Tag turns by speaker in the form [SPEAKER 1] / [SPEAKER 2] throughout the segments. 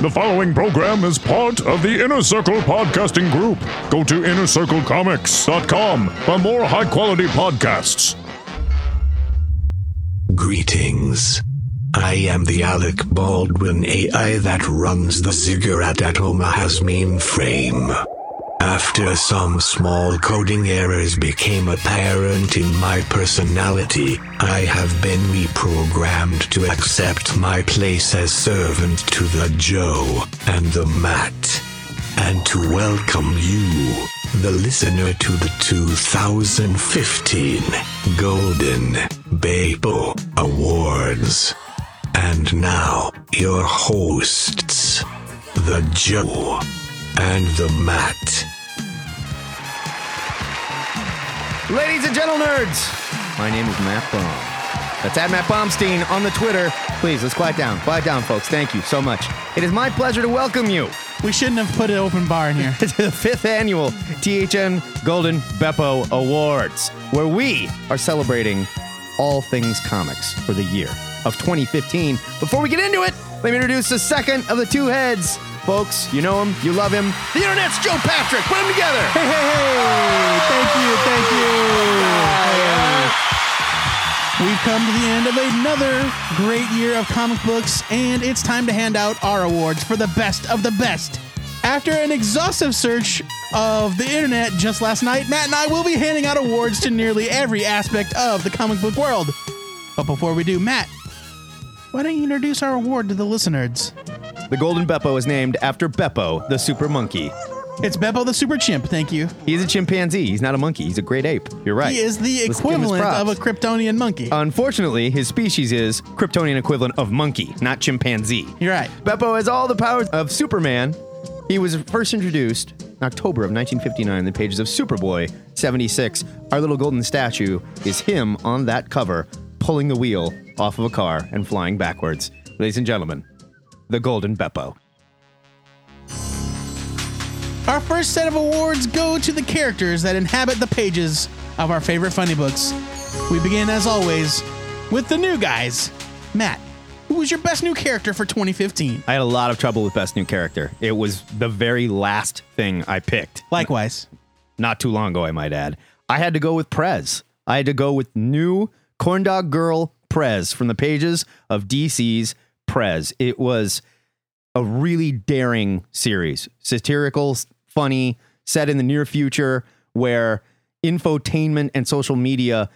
[SPEAKER 1] The following program is part of the Inner Circle Podcasting Group. Go to innercirclecomics.com for more high quality podcasts.
[SPEAKER 2] Greetings. I am the Alec Baldwin AI that runs the ziggurat at Omaha's mainframe. After some small coding errors became apparent in my personality, I have been reprogrammed to accept my place as servant to the Joe and the Matt, and to welcome you, the listener, to the 2015 Golden Babel Awards. And now, your hosts, the Joe and the Matt.
[SPEAKER 3] Ladies and gentle nerds, my name is Matt Baum. That's at Matt Baumstein on the Twitter. Please, let's quiet down. Quiet down, folks. Thank you so much. It is my pleasure to welcome you
[SPEAKER 4] We shouldn't have put an open bar in here.
[SPEAKER 3] to the fifth annual THN Golden Beppo Awards, where we are celebrating all things comics for the year of 2015. Before we get into it, let me introduce the second of the two heads. Folks, you know him, you love him. The internet's Joe Patrick. Put him together.
[SPEAKER 4] Hey, hey, hey! Thank you, thank you. We've come to the end of another great year of comic books, and it's time to hand out our awards for the best of the best. After an exhaustive search of the internet just last night, Matt and I will be handing out awards to nearly every aspect of the comic book world. But before we do, Matt, why don't you introduce our award to the listeners?
[SPEAKER 3] The Golden Beppo is named after Beppo, the super monkey.
[SPEAKER 4] It's Beppo the Super Chimp, thank you.
[SPEAKER 3] He's a chimpanzee. He's not a monkey. He's a great ape. You're right.
[SPEAKER 4] He is the
[SPEAKER 3] Let's give him his
[SPEAKER 4] equivalent of a
[SPEAKER 3] props.
[SPEAKER 4] Kryptonian monkey.
[SPEAKER 3] Unfortunately, his species is Kryptonian equivalent of monkey, not chimpanzee.
[SPEAKER 4] You're right.
[SPEAKER 3] Beppo has all the powers of Superman. He was first introduced in October of 1959 in the pages of Superboy 76. Our little golden statue is him on that cover, pulling the wheel off of a car and flying backwards. Ladies and gentlemen, the Golden Beppo.
[SPEAKER 4] Our first set of awards go to the characters that inhabit the pages of our favorite funny books. We begin, as always, with the new guys. Matt, who was your best new character for 2015?
[SPEAKER 3] I had a lot of trouble with Best New Character. It was the very last thing I picked.
[SPEAKER 4] Likewise.
[SPEAKER 3] not too long ago, I might add. I had to go with Prez. I had to go with new corndog girl Prez from the pages of DC's Prez. It was a really daring series, satirical, s- funny, set in the near future where infotainment and social media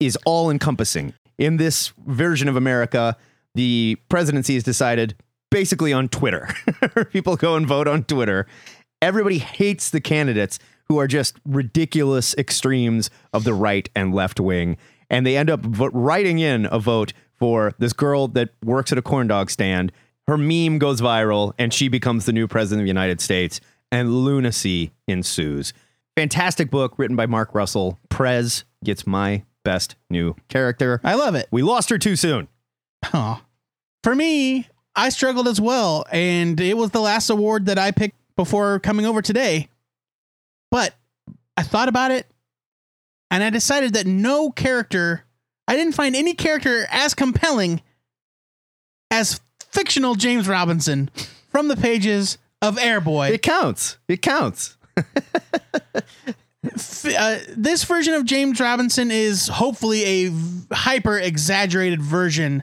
[SPEAKER 3] is all encompassing. In this version of America, the presidency is decided basically on Twitter. People go and vote on Twitter. Everybody hates the candidates who are just ridiculous extremes of the right and left wing. And they end up vo- writing in a vote for this girl that works at a corn dog stand. Her meme goes viral and she becomes the new president of the United States. And lunacy ensues. Fantastic book written by Mark Russell. Prez gets my best new character.
[SPEAKER 4] I love it.
[SPEAKER 3] We lost her too soon.
[SPEAKER 4] Huh. For me, I struggled as well, and it was the last award that I picked before coming over today. But I thought about it, and I decided that no character, I didn't find any character as compelling as fictional James Robinson from the pages of Airboy.
[SPEAKER 3] It counts. It counts.
[SPEAKER 4] F- uh, this version of James Robinson is hopefully a v- hyper exaggerated version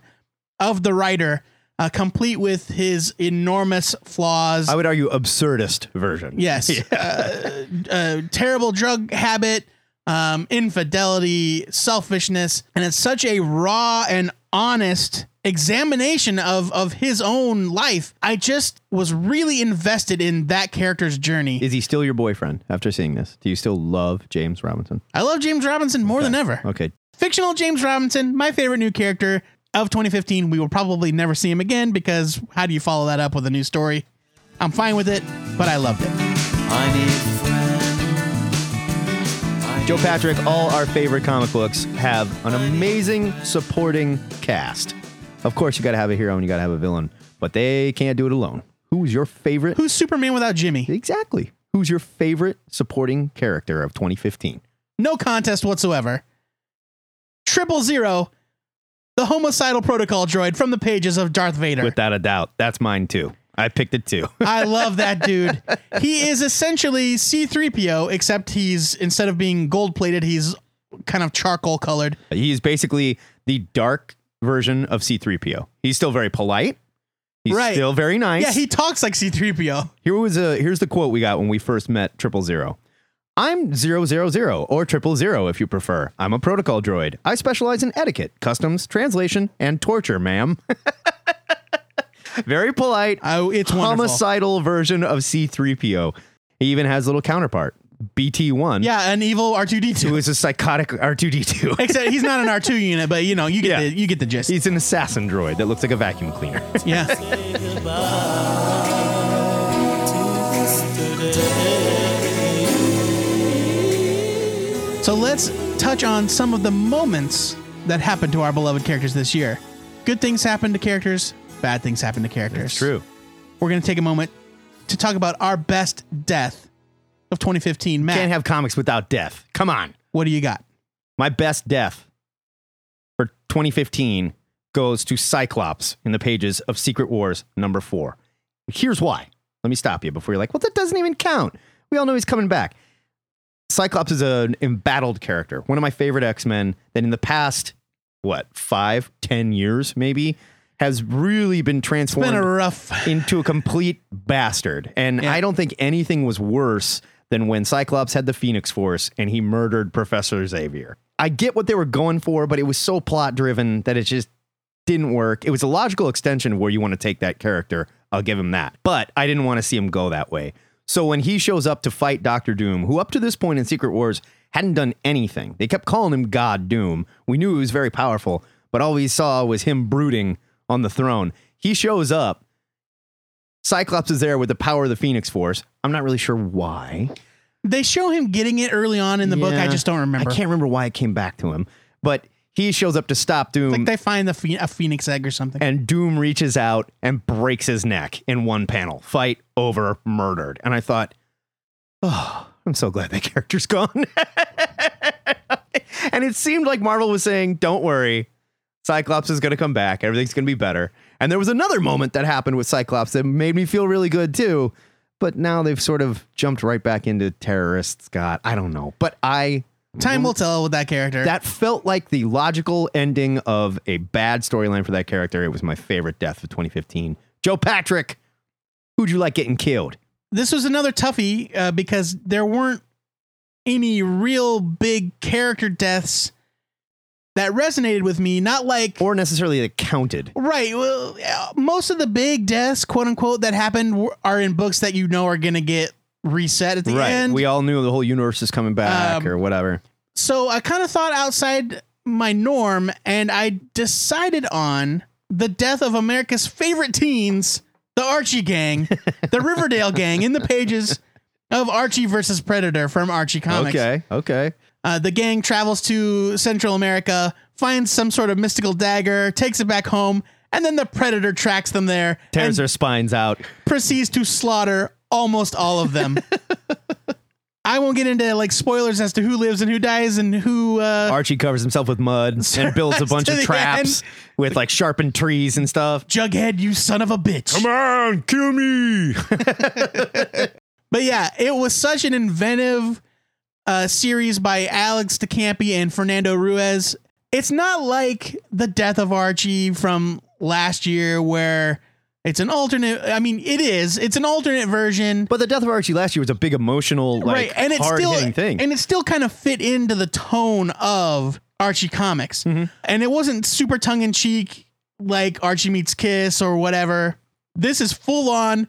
[SPEAKER 4] of the writer, uh, complete with his enormous flaws.
[SPEAKER 3] I would argue absurdist version.
[SPEAKER 4] yes, uh, uh, terrible drug habit, um, infidelity, selfishness, and it's such a raw and honest examination of of his own life. I just was really invested in that character's journey.
[SPEAKER 3] Is he still your boyfriend after seeing this? Do you still love James Robinson?
[SPEAKER 4] I love James Robinson more than ever.
[SPEAKER 3] Okay.
[SPEAKER 4] fictional James Robinson, my favorite new character of 2015. We will probably never see him again because how do you follow that up with a new story? I'm fine with it, but I loved it.
[SPEAKER 3] Joe Patrick, all our favorite comic books have an amazing supporting cast. Of course, you got to have a hero and you got to have a villain, but they can't do it alone. Who's your favorite?
[SPEAKER 4] Who's Superman without Jimmy?
[SPEAKER 3] exactly. Who's your favorite supporting character of 2015?
[SPEAKER 4] No contest whatsoever. Triple Zero, the homicidal protocol droid from the pages of Darth Vader.
[SPEAKER 3] Without a doubt, that's mine too. I picked it too.
[SPEAKER 4] I love that dude. He is essentially C3PO, except he's instead of being gold plated, he's kind of charcoal colored.
[SPEAKER 3] He's basically the dark version of C3PO. He's still very polite. He's
[SPEAKER 4] Right.
[SPEAKER 3] still very nice.
[SPEAKER 4] Yeah, he talks like C3PO.
[SPEAKER 3] Here was a here's the quote we got when we first met Triple Zero. I'm zero zero zero or triple zero if you prefer. I'm a protocol droid. I specialize in etiquette, customs, translation, and torture, ma'am. Very polite,
[SPEAKER 4] Oh, it's wonderful.
[SPEAKER 3] homicidal version of C3PO. He even has a little counterpart, BT1,
[SPEAKER 4] Yeah, an evil
[SPEAKER 3] who
[SPEAKER 4] R2D2.
[SPEAKER 3] is a psychotic R2D2.
[SPEAKER 4] Except he's not an R2 unit, but you know, you get
[SPEAKER 3] Yeah.
[SPEAKER 4] the you get the gist.
[SPEAKER 3] He's an assassin droid that looks like a vacuum cleaner.
[SPEAKER 4] yeah. So let's touch on some of the moments that happened to our beloved characters this year. Good things happen to characters, bad things happen to characters. We're going to take a moment to talk about our best death of 2015. Matt,
[SPEAKER 3] Can't have comics without death. Come on.
[SPEAKER 4] what do you got?
[SPEAKER 3] My best death for 2015 goes to Cyclops in the pages of Secret Wars number four. Here's why. Let me stop you before you're like, well, that doesn't even count. We all know he's coming back. Cyclops is an embattled character, one of my favorite X Men that in the past, what, five, ten years maybe, has really been transformed
[SPEAKER 4] Been a rough.
[SPEAKER 3] into a complete bastard. And
[SPEAKER 4] Yeah.
[SPEAKER 3] I don't think anything was worse than when Cyclops had the Phoenix Force and he murdered Professor Xavier. I get what they were going for, but it was so plot driven that it just didn't work. It was a logical extension of where you want to take that character. I'll give him that. But I didn't want to see him go that way. So when he shows up to fight Doctor Doom, who up to this point in Secret Wars hadn't done anything, they kept calling him God Doom. We knew he was very powerful, but all we saw was him brooding on the throne. He shows up Cyclops is there with the power of the Phoenix Force. I'm not really sure why.
[SPEAKER 4] They show him getting it early on in the book. I
[SPEAKER 3] Yeah.
[SPEAKER 4] just don't remember.
[SPEAKER 3] I can't remember why it came back to him, but he shows up to stop Doom,
[SPEAKER 4] Like they find the phe- a phoenix egg or something.
[SPEAKER 3] and Doom reaches out and breaks his neck in one panel. Fight over, murdered. And I thought, oh, I'm so glad that character's gone. and it seemed like Marvel was saying, don't worry, Cyclops is going to come back. Everything's going to be better. And there was another moment that happened with Cyclops that made me feel really good too. But now they've sort of jumped right back into terrorists. God, I don't know. But I
[SPEAKER 4] Time will tell with that character.
[SPEAKER 3] that felt like the logical ending of a bad storyline for that character. It was my favorite death of 2015. Joe Patrick, who'd you like getting killed?
[SPEAKER 4] this was another toughie uh, because there weren't any real big character deaths that resonated with me. Not like
[SPEAKER 3] Or necessarily that counted.
[SPEAKER 4] right. Well, yeah, most of the big deaths, quote unquote, that happened w- are in books that you know are gonna get reset at the end.
[SPEAKER 3] We all knew the whole universe is coming back
[SPEAKER 4] Um,
[SPEAKER 3] or whatever.
[SPEAKER 4] so I kind of thought outside my norm, and I decided on the death of America's favorite teens, the Archie Gang, the Riverdale Gang, in the pages of Archie versus Predator from Archie Comics.
[SPEAKER 3] Okay. Okay.
[SPEAKER 4] Uh, the gang travels to Central America, finds some sort of mystical dagger, takes it back home, and then the predator tracks them there
[SPEAKER 3] Tears
[SPEAKER 4] and
[SPEAKER 3] their spines out.
[SPEAKER 4] proceeds to slaughter almost all of them. I won't get into like spoilers as to who lives and who dies and who. Uh,
[SPEAKER 3] Archie covers himself with mud and builds a
[SPEAKER 4] Survives
[SPEAKER 3] bunch
[SPEAKER 4] to
[SPEAKER 3] of
[SPEAKER 4] the
[SPEAKER 3] traps
[SPEAKER 4] end.
[SPEAKER 3] with like sharpened trees and stuff.
[SPEAKER 4] Jughead, you son of a bitch.
[SPEAKER 1] Come on, kill me!
[SPEAKER 4] But yeah, it was such an inventive uh, series by Alex DeCampi and Fernando Ruiz. It's not like the death of Archie from last year, where it's an alternate. I mean, it is. It's an alternate version,
[SPEAKER 3] But the death of Archie last year was a big emotional, like,
[SPEAKER 4] right? And it's
[SPEAKER 3] hard
[SPEAKER 4] still
[SPEAKER 3] hitting thing.
[SPEAKER 4] and it still kind of fit into the tone of Archie comics,
[SPEAKER 3] Mm-hmm.
[SPEAKER 4] and it wasn't super tongue in cheek like Archie meets Kiss or whatever. This is full on,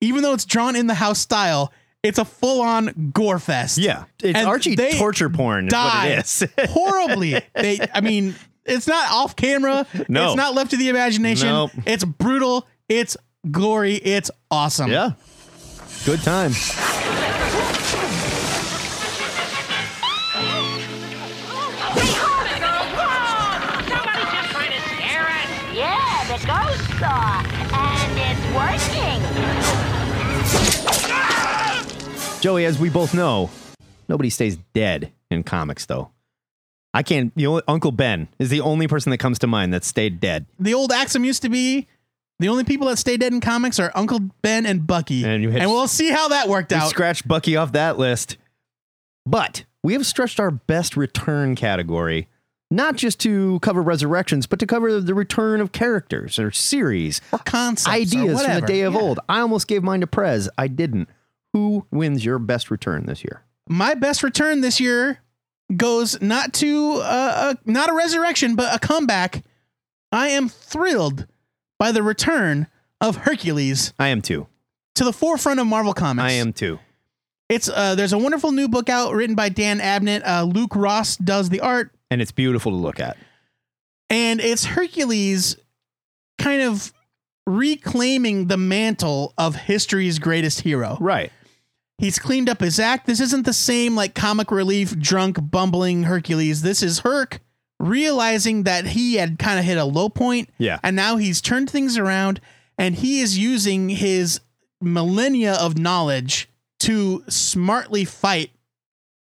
[SPEAKER 4] even though it's drawn in the house style. It's a full on gore fest.
[SPEAKER 3] yeah. It's
[SPEAKER 4] And
[SPEAKER 3] Archie
[SPEAKER 4] they
[SPEAKER 3] torture porn is what
[SPEAKER 4] die
[SPEAKER 3] it is.
[SPEAKER 4] horribly. They, I mean, it's not off camera.
[SPEAKER 3] No.
[SPEAKER 4] it's not left to the imagination.
[SPEAKER 3] Nope.
[SPEAKER 4] It's brutal. It's glory. It's awesome.
[SPEAKER 3] Yeah. Good time.
[SPEAKER 5] Yeah, the ghost saw, and it's working.
[SPEAKER 3] Joey, as we both know, nobody stays dead in comics, though. I can't. The only, Uncle Ben is the only person that comes to mind that stayed dead.
[SPEAKER 4] The old axiom used to be The only people that stay dead in comics are Uncle Ben and Bucky.
[SPEAKER 3] And
[SPEAKER 4] And,
[SPEAKER 3] you had-
[SPEAKER 4] we'll see how that worked
[SPEAKER 3] We
[SPEAKER 4] out.
[SPEAKER 3] scratched Bucky off that list. But we have stretched our best return category, not just to cover resurrections, but to cover the return of characters or series,
[SPEAKER 4] or concepts. or
[SPEAKER 3] ideas from the
[SPEAKER 4] whatever.
[SPEAKER 3] day of
[SPEAKER 4] Yeah.
[SPEAKER 3] old. I almost gave mine to Prez. I didn't. Who wins your best return this year?
[SPEAKER 4] My best return this year goes not to uh, a, not a resurrection, but a comeback. I am thrilled by the return of Hercules
[SPEAKER 3] I am too.
[SPEAKER 4] to the forefront of Marvel Comics.
[SPEAKER 3] I am too.
[SPEAKER 4] It's uh, there's a wonderful new book out written by Dan Abnett. Uh, Luke Ross does the art,
[SPEAKER 3] And it's beautiful to look at.
[SPEAKER 4] and it's Hercules kind of reclaiming the mantle of history's greatest hero.
[SPEAKER 3] Right.
[SPEAKER 4] He's cleaned up his act. This isn't the same like comic relief, drunk, bumbling Hercules. This is Herc realizing that he had kind of hit a low point.
[SPEAKER 3] Yeah.
[SPEAKER 4] And now he's turned things around and he is using his millennia of knowledge to smartly fight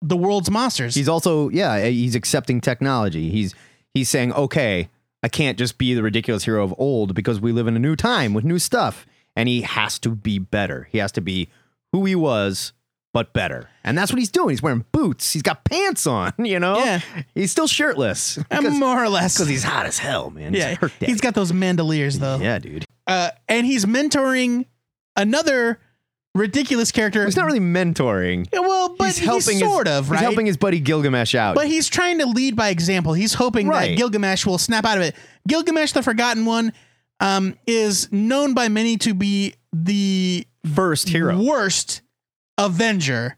[SPEAKER 4] the world's monsters.
[SPEAKER 3] He's also, yeah, he's accepting technology. He's he's saying, okay, I can't just be the ridiculous hero of old because we live in a new time with new stuff, and he has to be better. He has to be who he was, but better. And that's what he's doing. He's wearing boots. He's got pants on. You know,
[SPEAKER 4] Yeah.
[SPEAKER 3] he's still shirtless
[SPEAKER 4] And
[SPEAKER 3] because
[SPEAKER 4] more or less.
[SPEAKER 3] he's hot as hell, man.
[SPEAKER 4] yeah,
[SPEAKER 3] He's,
[SPEAKER 4] he's got those mandoliers though.
[SPEAKER 3] yeah, dude.
[SPEAKER 4] Uh, and he's mentoring another ridiculous character.
[SPEAKER 3] He's not really mentoring.
[SPEAKER 4] Yeah, well, but he's,
[SPEAKER 3] he's helping
[SPEAKER 4] sort
[SPEAKER 3] his,
[SPEAKER 4] of, right?
[SPEAKER 3] He's helping his buddy Gilgamesh out.
[SPEAKER 4] But he's trying to lead by example. He's hoping
[SPEAKER 3] Right.
[SPEAKER 4] that Gilgamesh will snap out of it. Gilgamesh, the Forgotten One, um, is known by many to be the
[SPEAKER 3] first hero.
[SPEAKER 4] worst Avenger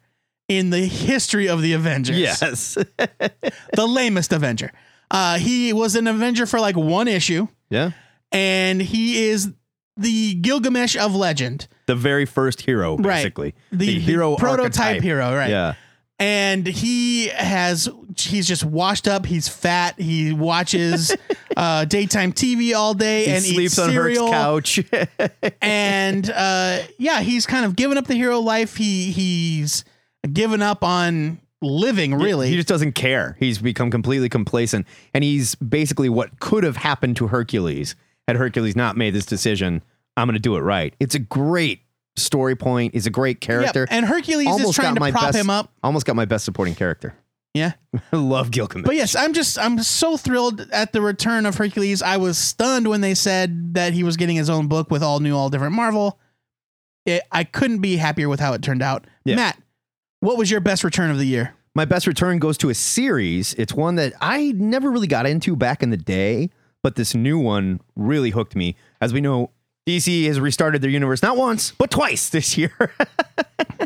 [SPEAKER 4] in the history of the Avengers.
[SPEAKER 3] Yes.
[SPEAKER 4] The lamest Avenger. Uh, he was an Avenger for like one issue,
[SPEAKER 3] yeah.
[SPEAKER 4] and he is the Gilgamesh of legend.
[SPEAKER 3] The very first hero,
[SPEAKER 4] Right.
[SPEAKER 3] basically.
[SPEAKER 4] The, the
[SPEAKER 3] hero
[SPEAKER 4] prototype
[SPEAKER 3] archetype.
[SPEAKER 4] hero, right?
[SPEAKER 3] Yeah.
[SPEAKER 4] and he has he's just washed up he's fat he watches uh daytime tv all day and eats cereal
[SPEAKER 3] couch.
[SPEAKER 4] and uh yeah he's kind of given up the hero life he he's given up on living really
[SPEAKER 3] he just doesn't care. He's become completely complacent, and he's basically what could have happened to Hercules had Hercules not made this decision. I'm going to do it right. It's a great story point. He's a great
[SPEAKER 4] Yep,
[SPEAKER 3] character.
[SPEAKER 4] and hercules is trying to prop
[SPEAKER 3] best,
[SPEAKER 4] him up
[SPEAKER 3] Almost got my best supporting character.
[SPEAKER 4] yeah
[SPEAKER 3] I love Gilgamesh.
[SPEAKER 4] but yes i'm just i'm so thrilled at the return of hercules i was stunned when they said that he was getting his own book with all new all different marvel it, i couldn't be happier with how it turned out
[SPEAKER 3] Yeah.
[SPEAKER 4] matt what was your best return of the year
[SPEAKER 3] my best return goes to a series. It's one that I never really got into back in the day, but this new one really hooked me. As we know, DC has restarted their universe not once, but twice this year.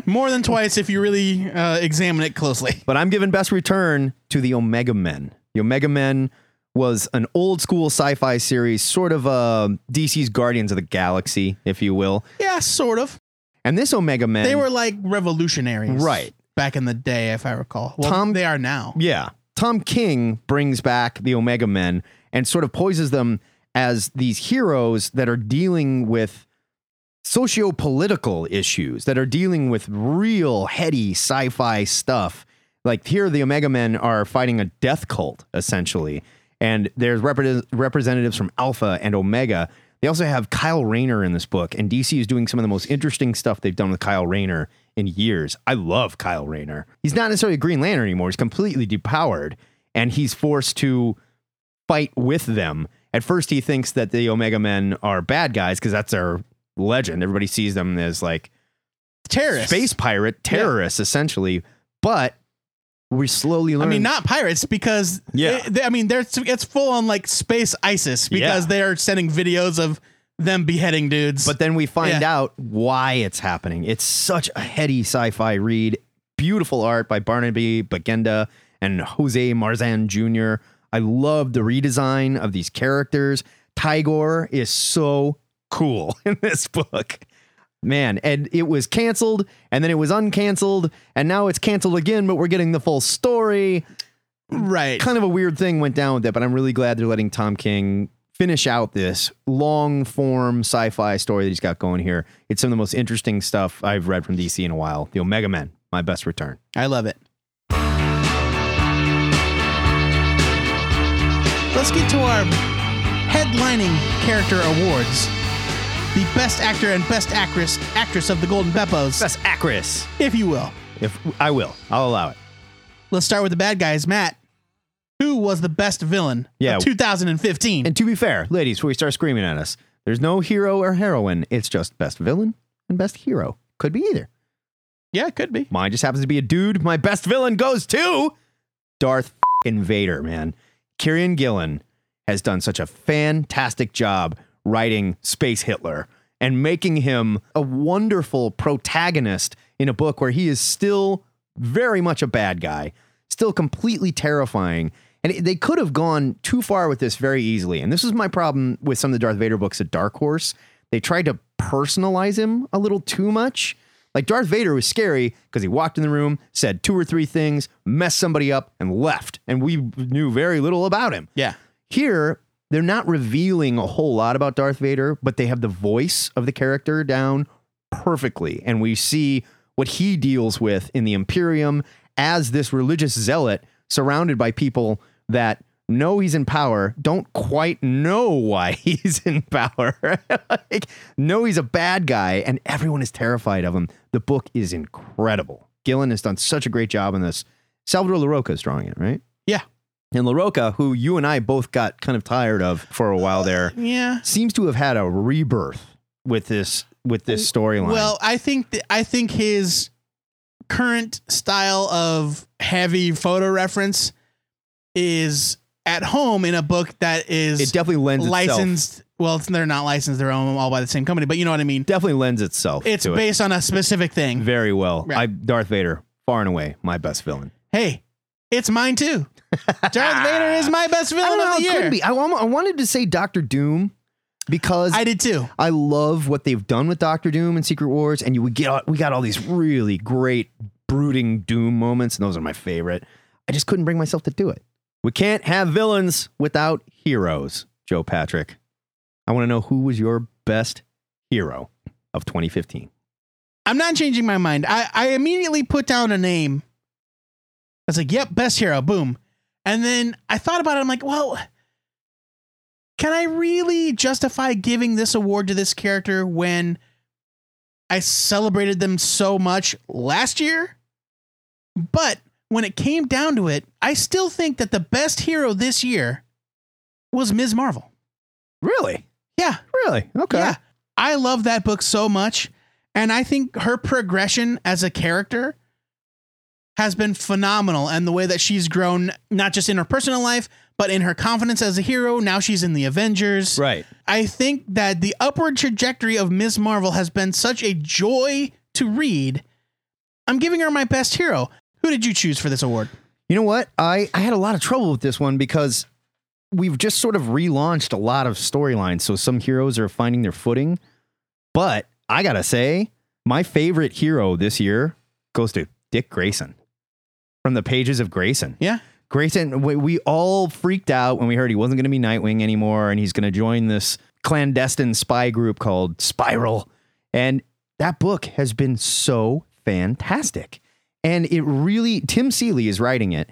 [SPEAKER 4] more than twice if you really uh, examine it closely
[SPEAKER 3] But I'm giving best return to the Omega Men. The Omega Men was an old school sci-fi series, sort of uh, DC's Guardians of the Galaxy, if you will.
[SPEAKER 4] yeah sort of
[SPEAKER 3] And this Omega Men,
[SPEAKER 4] they were like revolutionaries
[SPEAKER 3] Right.
[SPEAKER 4] back in the day if i recall well
[SPEAKER 3] Tom-
[SPEAKER 4] they are now
[SPEAKER 3] yeah. Tom King brings back the Omega Men and sort of poises them as these heroes that are dealing with socio-political issues that are dealing with real heady sci-fi stuff. Like here, the Omega Men are fighting a death cult essentially, and there's repre- representatives from Alpha and Omega. They also have Kyle Rayner in this book, and DC is doing some of the most interesting stuff they've done with Kyle Rayner in years. I love Kyle Rayner. He's not necessarily a Green Lantern anymore. He's completely depowered, and he's forced to fight with them. At first, he thinks that the Omega Men are bad guys because that's their legend. Everybody sees them as like
[SPEAKER 4] terrorists
[SPEAKER 3] space pirate terrorists, essentially. But we slowly
[SPEAKER 4] I
[SPEAKER 3] learn.
[SPEAKER 4] mean, not pirates because
[SPEAKER 3] Yeah.
[SPEAKER 4] they- they- I mean, they're it's full on like space ISIS because
[SPEAKER 3] Yeah.
[SPEAKER 4] they're sending videos of them beheading dudes.
[SPEAKER 3] but then we find
[SPEAKER 4] Yeah.
[SPEAKER 3] out why it's happening. It's such a heady sci-fi read. Beautiful art by Barnaby Bagenda and Jose Marzan Jr. I love the redesign of these characters. Tigor is so cool in this book. Man, and it was canceled and then it was uncanceled and now it's canceled again, but we're getting the full story
[SPEAKER 4] right,
[SPEAKER 3] kind of a weird thing went down with it, but I'm really glad they're letting Tom King finish out this long form sci fi story that he's got going here. It's some of the most interesting stuff I've read from DC in a while. The Omega Men, my best return.
[SPEAKER 4] I love it. Let's get to our headlining character awards. the Best Actor and Best Actress actress of the Golden Beppos,
[SPEAKER 3] That's Acris.
[SPEAKER 4] if you will.
[SPEAKER 3] If I will, I'll allow it.
[SPEAKER 4] Let's start with the bad guys. Matt, who was the best villain
[SPEAKER 3] Yeah.
[SPEAKER 4] of 2015?
[SPEAKER 3] And to be fair, ladies, before you start screaming at us, there's no hero or heroine. It's just best villain and best hero. Could be either.
[SPEAKER 4] yeah, it could be.
[SPEAKER 3] Mine just happens to be a dude. My best villain goes to Darth Invader, man. Kieran Gillen has done such a fantastic job writing Space Hitler and making him a wonderful protagonist in a book where he is still very much a bad guy, still completely terrifying. And it- they could have gone too far with this very easily. And this is my problem with some of the Darth Vader books at Dark Horse. They tried to personalize him a little too much. Like Darth Vader was scary because he walked in the room, said two or three things, messed somebody up, and left. And we knew very little about him.
[SPEAKER 4] Yeah.
[SPEAKER 3] Here, they're not revealing a whole lot about Darth Vader, but they have the voice of the character down perfectly. And we see what he deals with in the Imperium as this religious zealot surrounded by people that know he's in power, don't quite know why he's in power. like, know he's a bad guy, and everyone is terrified of him. The book is incredible. Gillen has done such a great job in this. Salvador LaRocca is drawing it, right?
[SPEAKER 4] Yeah.
[SPEAKER 3] And LaRocca, who you and I both got kind of tired of for a while there,
[SPEAKER 4] Yeah.
[SPEAKER 3] seems to have had a rebirth with this with this storyline.
[SPEAKER 4] Well, I think th- I think his current style of heavy photo reference is at home in a book that is
[SPEAKER 3] it definitely lends itself.
[SPEAKER 4] licensed. Well, it's, they're not licensed; they're all all by the same company. But you know what I mean.
[SPEAKER 3] Definitely lends itself.
[SPEAKER 4] It's
[SPEAKER 3] to it
[SPEAKER 4] based on a specific thing.
[SPEAKER 3] very well.
[SPEAKER 4] Right.
[SPEAKER 3] I Darth Vader, far and away my best villain.
[SPEAKER 4] hey, it's mine too. Darth Vader is my best villain of the
[SPEAKER 3] how
[SPEAKER 4] year.
[SPEAKER 3] it could be. I, almo- I wanted to say Doctor Doom because
[SPEAKER 4] I
[SPEAKER 3] I,
[SPEAKER 4] did too.
[SPEAKER 3] love what they've done with Doctor Doom and Secret Wars, and you would get all- we got all these really great brooding Doom moments, and those are my favorite. I just couldn't bring myself to do it. We can't have villains without heroes, Joe Patrick. I want to know who was your best hero of 2015.
[SPEAKER 4] I'm not changing my mind. I, I immediately put down a name. I was like, yep, best hero, boom. And then I thought about it. I'm like, well, can I really justify giving this award to this character when I celebrated them so much last year? But when it came down to it, I still think that the best hero this year was Ms. Marvel.
[SPEAKER 3] Really?
[SPEAKER 4] Yeah.
[SPEAKER 3] Really? Okay.
[SPEAKER 4] Yeah. I love that book so much. And I think her progression as a character has been phenomenal and the way that she's grown, not just in her personal life, but in her confidence as a hero. Now she's in the Avengers.
[SPEAKER 3] Right.
[SPEAKER 4] I think that the upward trajectory of Ms. Marvel has been such a joy to read. I'm giving her my best hero. Who did you choose for this award?
[SPEAKER 3] You know what? I, I had a lot of trouble with this one because we've just sort of relaunched a lot of storylines. So some heroes are finding their footing. But I got to say, my favorite hero this year goes to Dick Grayson from the pages of Grayson.
[SPEAKER 4] Yeah.
[SPEAKER 3] Grayson, we, we all freaked out when we heard he wasn't going to be Nightwing anymore and he's going to join this clandestine spy group called Spiral. And that book has been so fantastic. And it really, Tim Seeley is writing it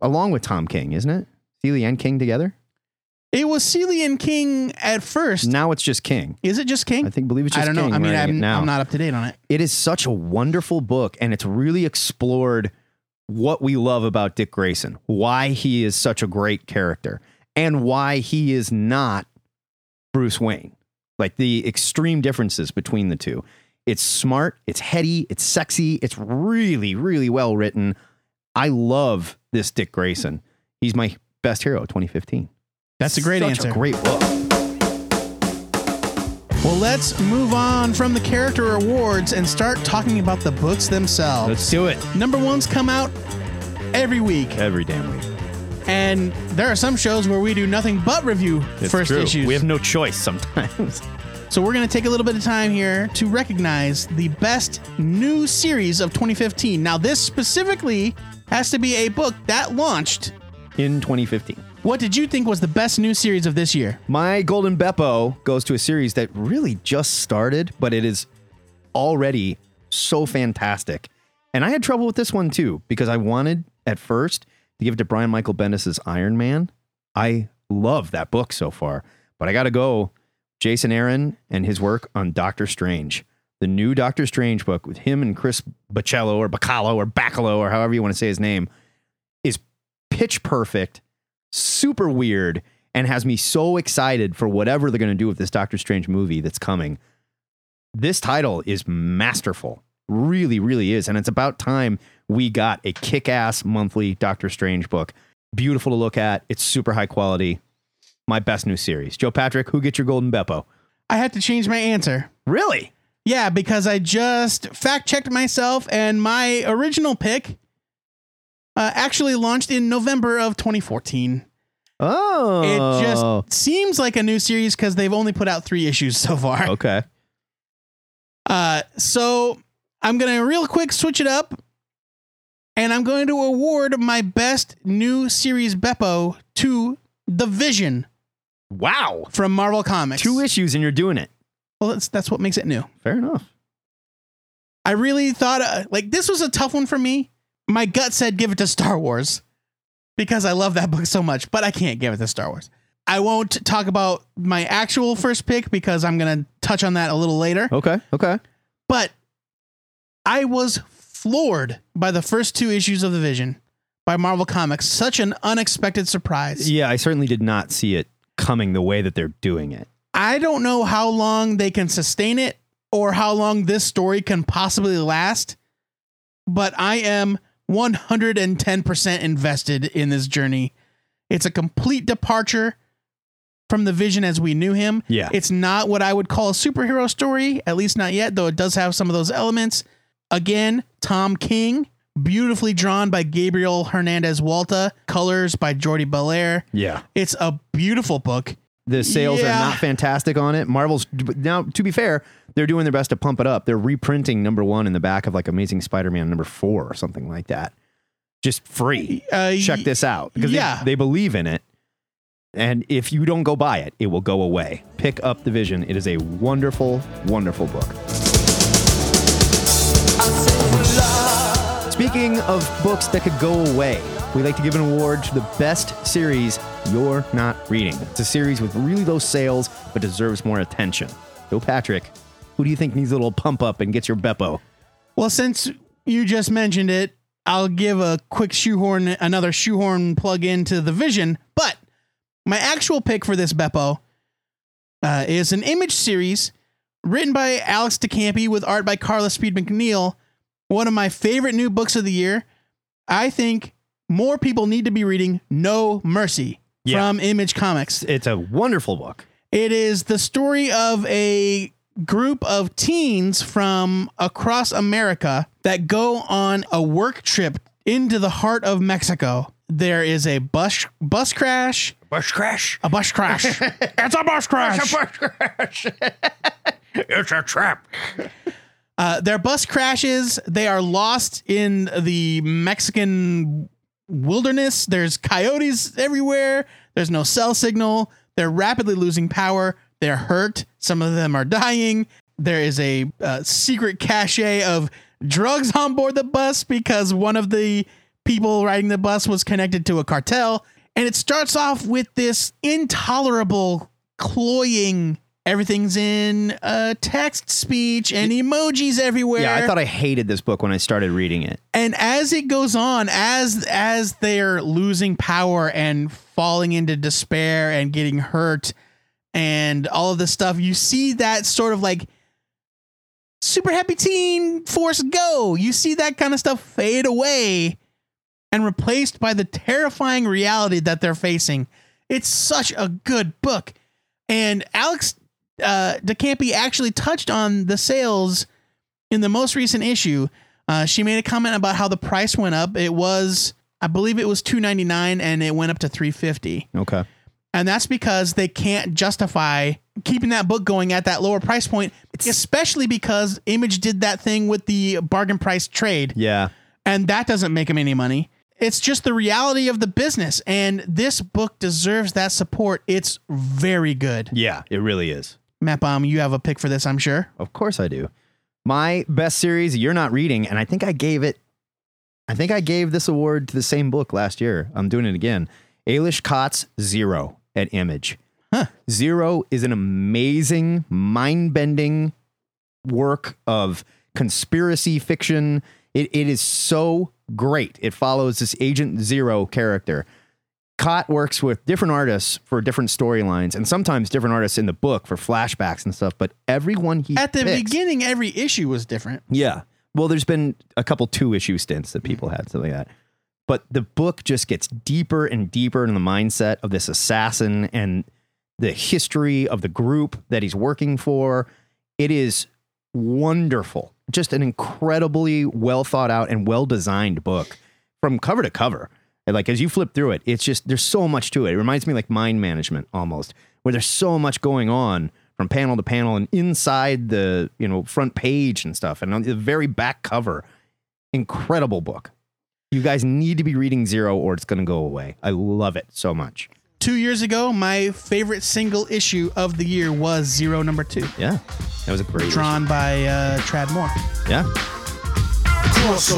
[SPEAKER 3] along with Tom King, isn't it? Seeley and King together?
[SPEAKER 4] It was Celia and King at first.
[SPEAKER 3] Now it's just King.
[SPEAKER 4] Is it just King?
[SPEAKER 3] I think, believe it's
[SPEAKER 4] I
[SPEAKER 3] just
[SPEAKER 4] don't
[SPEAKER 3] King.
[SPEAKER 4] know. I mean,
[SPEAKER 3] writing it
[SPEAKER 4] I'm,
[SPEAKER 3] now.
[SPEAKER 4] I'm not up to date on it.
[SPEAKER 3] it is such a wonderful book and it's really explored what we love about Dick Grayson, why he is such a great character and why he is not Bruce Wayne. Like the extreme differences between the two. It's smart, it's heady, it's sexy, it's really really well written. I love this Dick Grayson. He's my best hero of 2015.
[SPEAKER 4] That's a great
[SPEAKER 3] Such
[SPEAKER 4] answer.
[SPEAKER 3] A great book.
[SPEAKER 4] Well, let's move on from the character awards and start talking about the books themselves.
[SPEAKER 3] do it.
[SPEAKER 4] Number ones come out every week,
[SPEAKER 3] Every damn week.
[SPEAKER 4] and there are some shows where we do nothing but review
[SPEAKER 3] It's
[SPEAKER 4] first
[SPEAKER 3] true.
[SPEAKER 4] issues.
[SPEAKER 3] We have no choice sometimes.
[SPEAKER 4] so we're going to take a little bit of time here to recognize the best new series of 2015. Now, this specifically has to be a book that launched.
[SPEAKER 3] In 2015.
[SPEAKER 4] What did you think was the best new series of this year?
[SPEAKER 3] My Golden Beppo goes to a series that really just started, but it is already so fantastic. And I had trouble with this one too, because I wanted at first to give it to Brian Michael Bendis' Iron Man. I love that book so far, but I got to go Jason Aaron and his work on Doctor Strange. The new Doctor Strange book with him and Chris Bacello or Bacallo or Bacallo or however you want to say his name is pitch perfect, super weird, and has me so excited for whatever they're going to do with this Doctor Strange movie that's coming. This title is masterful, really, really is. And it's about time we got a kick ass monthly Doctor Strange book. Beautiful to look at, it's super high quality. My best new series. Joe Patrick, who gets your golden Beppo?
[SPEAKER 4] I had to change my answer.
[SPEAKER 3] Really?
[SPEAKER 4] Yeah, because I just fact checked myself, and my original pick uh, actually launched in November of 2014.
[SPEAKER 3] Oh.
[SPEAKER 4] It just seems like a new series because they've only put out three issues so far.
[SPEAKER 3] Okay.
[SPEAKER 4] Uh, so I'm gonna real quick switch it up, and I'm going to award my best new series Beppo to The Vision
[SPEAKER 3] Wow.
[SPEAKER 4] from Marvel Comics.
[SPEAKER 3] Two issues and you're doing it.
[SPEAKER 4] Well, that's that's what makes it new.
[SPEAKER 3] Fair enough.
[SPEAKER 4] I really thought uh, like this was a tough one for me. My gut said give it to Star Wars because I love that book so much, but I can't give it to Star Wars. I won't talk about my actual first pick because I'm going to touch on that a little later.
[SPEAKER 3] Okay. Okay.
[SPEAKER 4] But I was floored by the first two issues of The Vision by Marvel Comics. Such an unexpected surprise.
[SPEAKER 3] Yeah, I certainly did not see it coming the way that they're doing it.
[SPEAKER 4] I don't know how long they can sustain it or how long this story can possibly last, but I am 110% invested in this journey. It's a complete departure from the vision as we knew him.
[SPEAKER 3] Yeah.
[SPEAKER 4] It's not what I would call a superhero story, at least not yet, though it does have some of those elements. Again, Tom King, beautifully drawn by Gabriel Hernandez Walta, colors by Jordi Belair.
[SPEAKER 3] Yeah.
[SPEAKER 4] It's a beautiful book.
[SPEAKER 3] The sales
[SPEAKER 4] Yeah.
[SPEAKER 3] are not fantastic on it. Marvel's now, to be fair, they're doing their best to pump it up. They're reprinting number one in the back of like Amazing Spider-Man number four or something like that. Just free.
[SPEAKER 4] Uh,
[SPEAKER 3] Check this out. Because they-
[SPEAKER 4] yeah.
[SPEAKER 3] they, believe in it. And if you don't go buy it, it will go away. Pick up the vision. It is a wonderful, wonderful book. Speaking of books that could go away, we like to give an award to the best series you're not reading. It's a series with really low sales but deserves more attention. Yo, Patrick, who do you think needs a little pump up and gets your Beppo?
[SPEAKER 4] Well, since you just mentioned it, I'll give a quick shoehorn, another shoehorn plug into the vision. But my actual pick for this Beppo uh, is an image series written by Alex DeCampi with art by Carla Speed McNeil. One of my favorite new books of the year. I think more people need to be reading No Mercy
[SPEAKER 3] Yeah.
[SPEAKER 4] from Image Comics.
[SPEAKER 3] It's a wonderful book.
[SPEAKER 4] It is the story of a group of teens from across America that go on a work trip into the heart of Mexico. There is a bus bus crash.
[SPEAKER 3] Bush crash.
[SPEAKER 4] A bus crash. it's a bus crash.
[SPEAKER 1] It's a trap.
[SPEAKER 4] Uh, their bus crashes. They are lost in the Mexican wilderness. There's coyotes everywhere. There's no cell signal. They're rapidly losing power. They're hurt. Some of them are dying. There is a uh, secret cache of drugs on board the bus because one of the people riding the bus was connected to a cartel. And it starts off with this intolerable cloying. Everything's in uh, text speech and emojis everywhere
[SPEAKER 3] Yeah, I thought I hated this book when I started reading it.
[SPEAKER 4] and as it goes on as as they're losing power and falling into despair and getting hurt and all of this stuff you see that sort of like super happy teen force go you see that kind of stuff fade away and replaced by the terrifying reality that they're facing it's such a good book and alex uh, decampi actually touched on the sales in the most recent issue, uh, she made a comment about how the price went up. It was, I believe, it was two ninety nine, and it went up to three fifty.
[SPEAKER 3] Okay.
[SPEAKER 4] And that's because they can't justify keeping that book going at that lower price point, especially because Image did that thing with the bargain price trade
[SPEAKER 3] Yeah.
[SPEAKER 4] and that doesn't make him any money. It's just the reality of the business, and this book deserves that support. It's very good.
[SPEAKER 3] Yeah, it really is.
[SPEAKER 4] Matt Baum, you have a pick for this, I'm sure.
[SPEAKER 3] Of course I do. My best series you're not reading, and I think I gave it. I think I gave this award to the same book last year. I'm doing it again. Alish Kotz Zero at Image. Zero is an amazing, mind bending work of conspiracy fiction. It, it is so great. It follows this Agent Zero character. Cott works with different artists for different storylines and sometimes different artists in the book for flashbacks and stuff, but everyone he
[SPEAKER 4] At the
[SPEAKER 3] picks-
[SPEAKER 4] beginning, every issue was different.
[SPEAKER 3] yeah. Well, there's been a couple two issue stints that people had, something like that. But the book just gets deeper and deeper in the mindset of this assassin and the history of the group that he's working for. It is wonderful. Just an incredibly well thought out and well designed book from cover to cover. And like as you flip through it, it's just there's so much to it. It reminds me like mind management almost, where there's so much going on from panel to panel and inside the you know front page and stuff and on the very back cover. Incredible book. You guys need to be reading Zero or it's gonna go away. I love it so much.
[SPEAKER 4] Two years ago, my favorite single issue of the year was Zero Number Two,
[SPEAKER 3] Yeah. That was a great
[SPEAKER 4] drawn by uh, Trad Moore. Oh,
[SPEAKER 3] issue.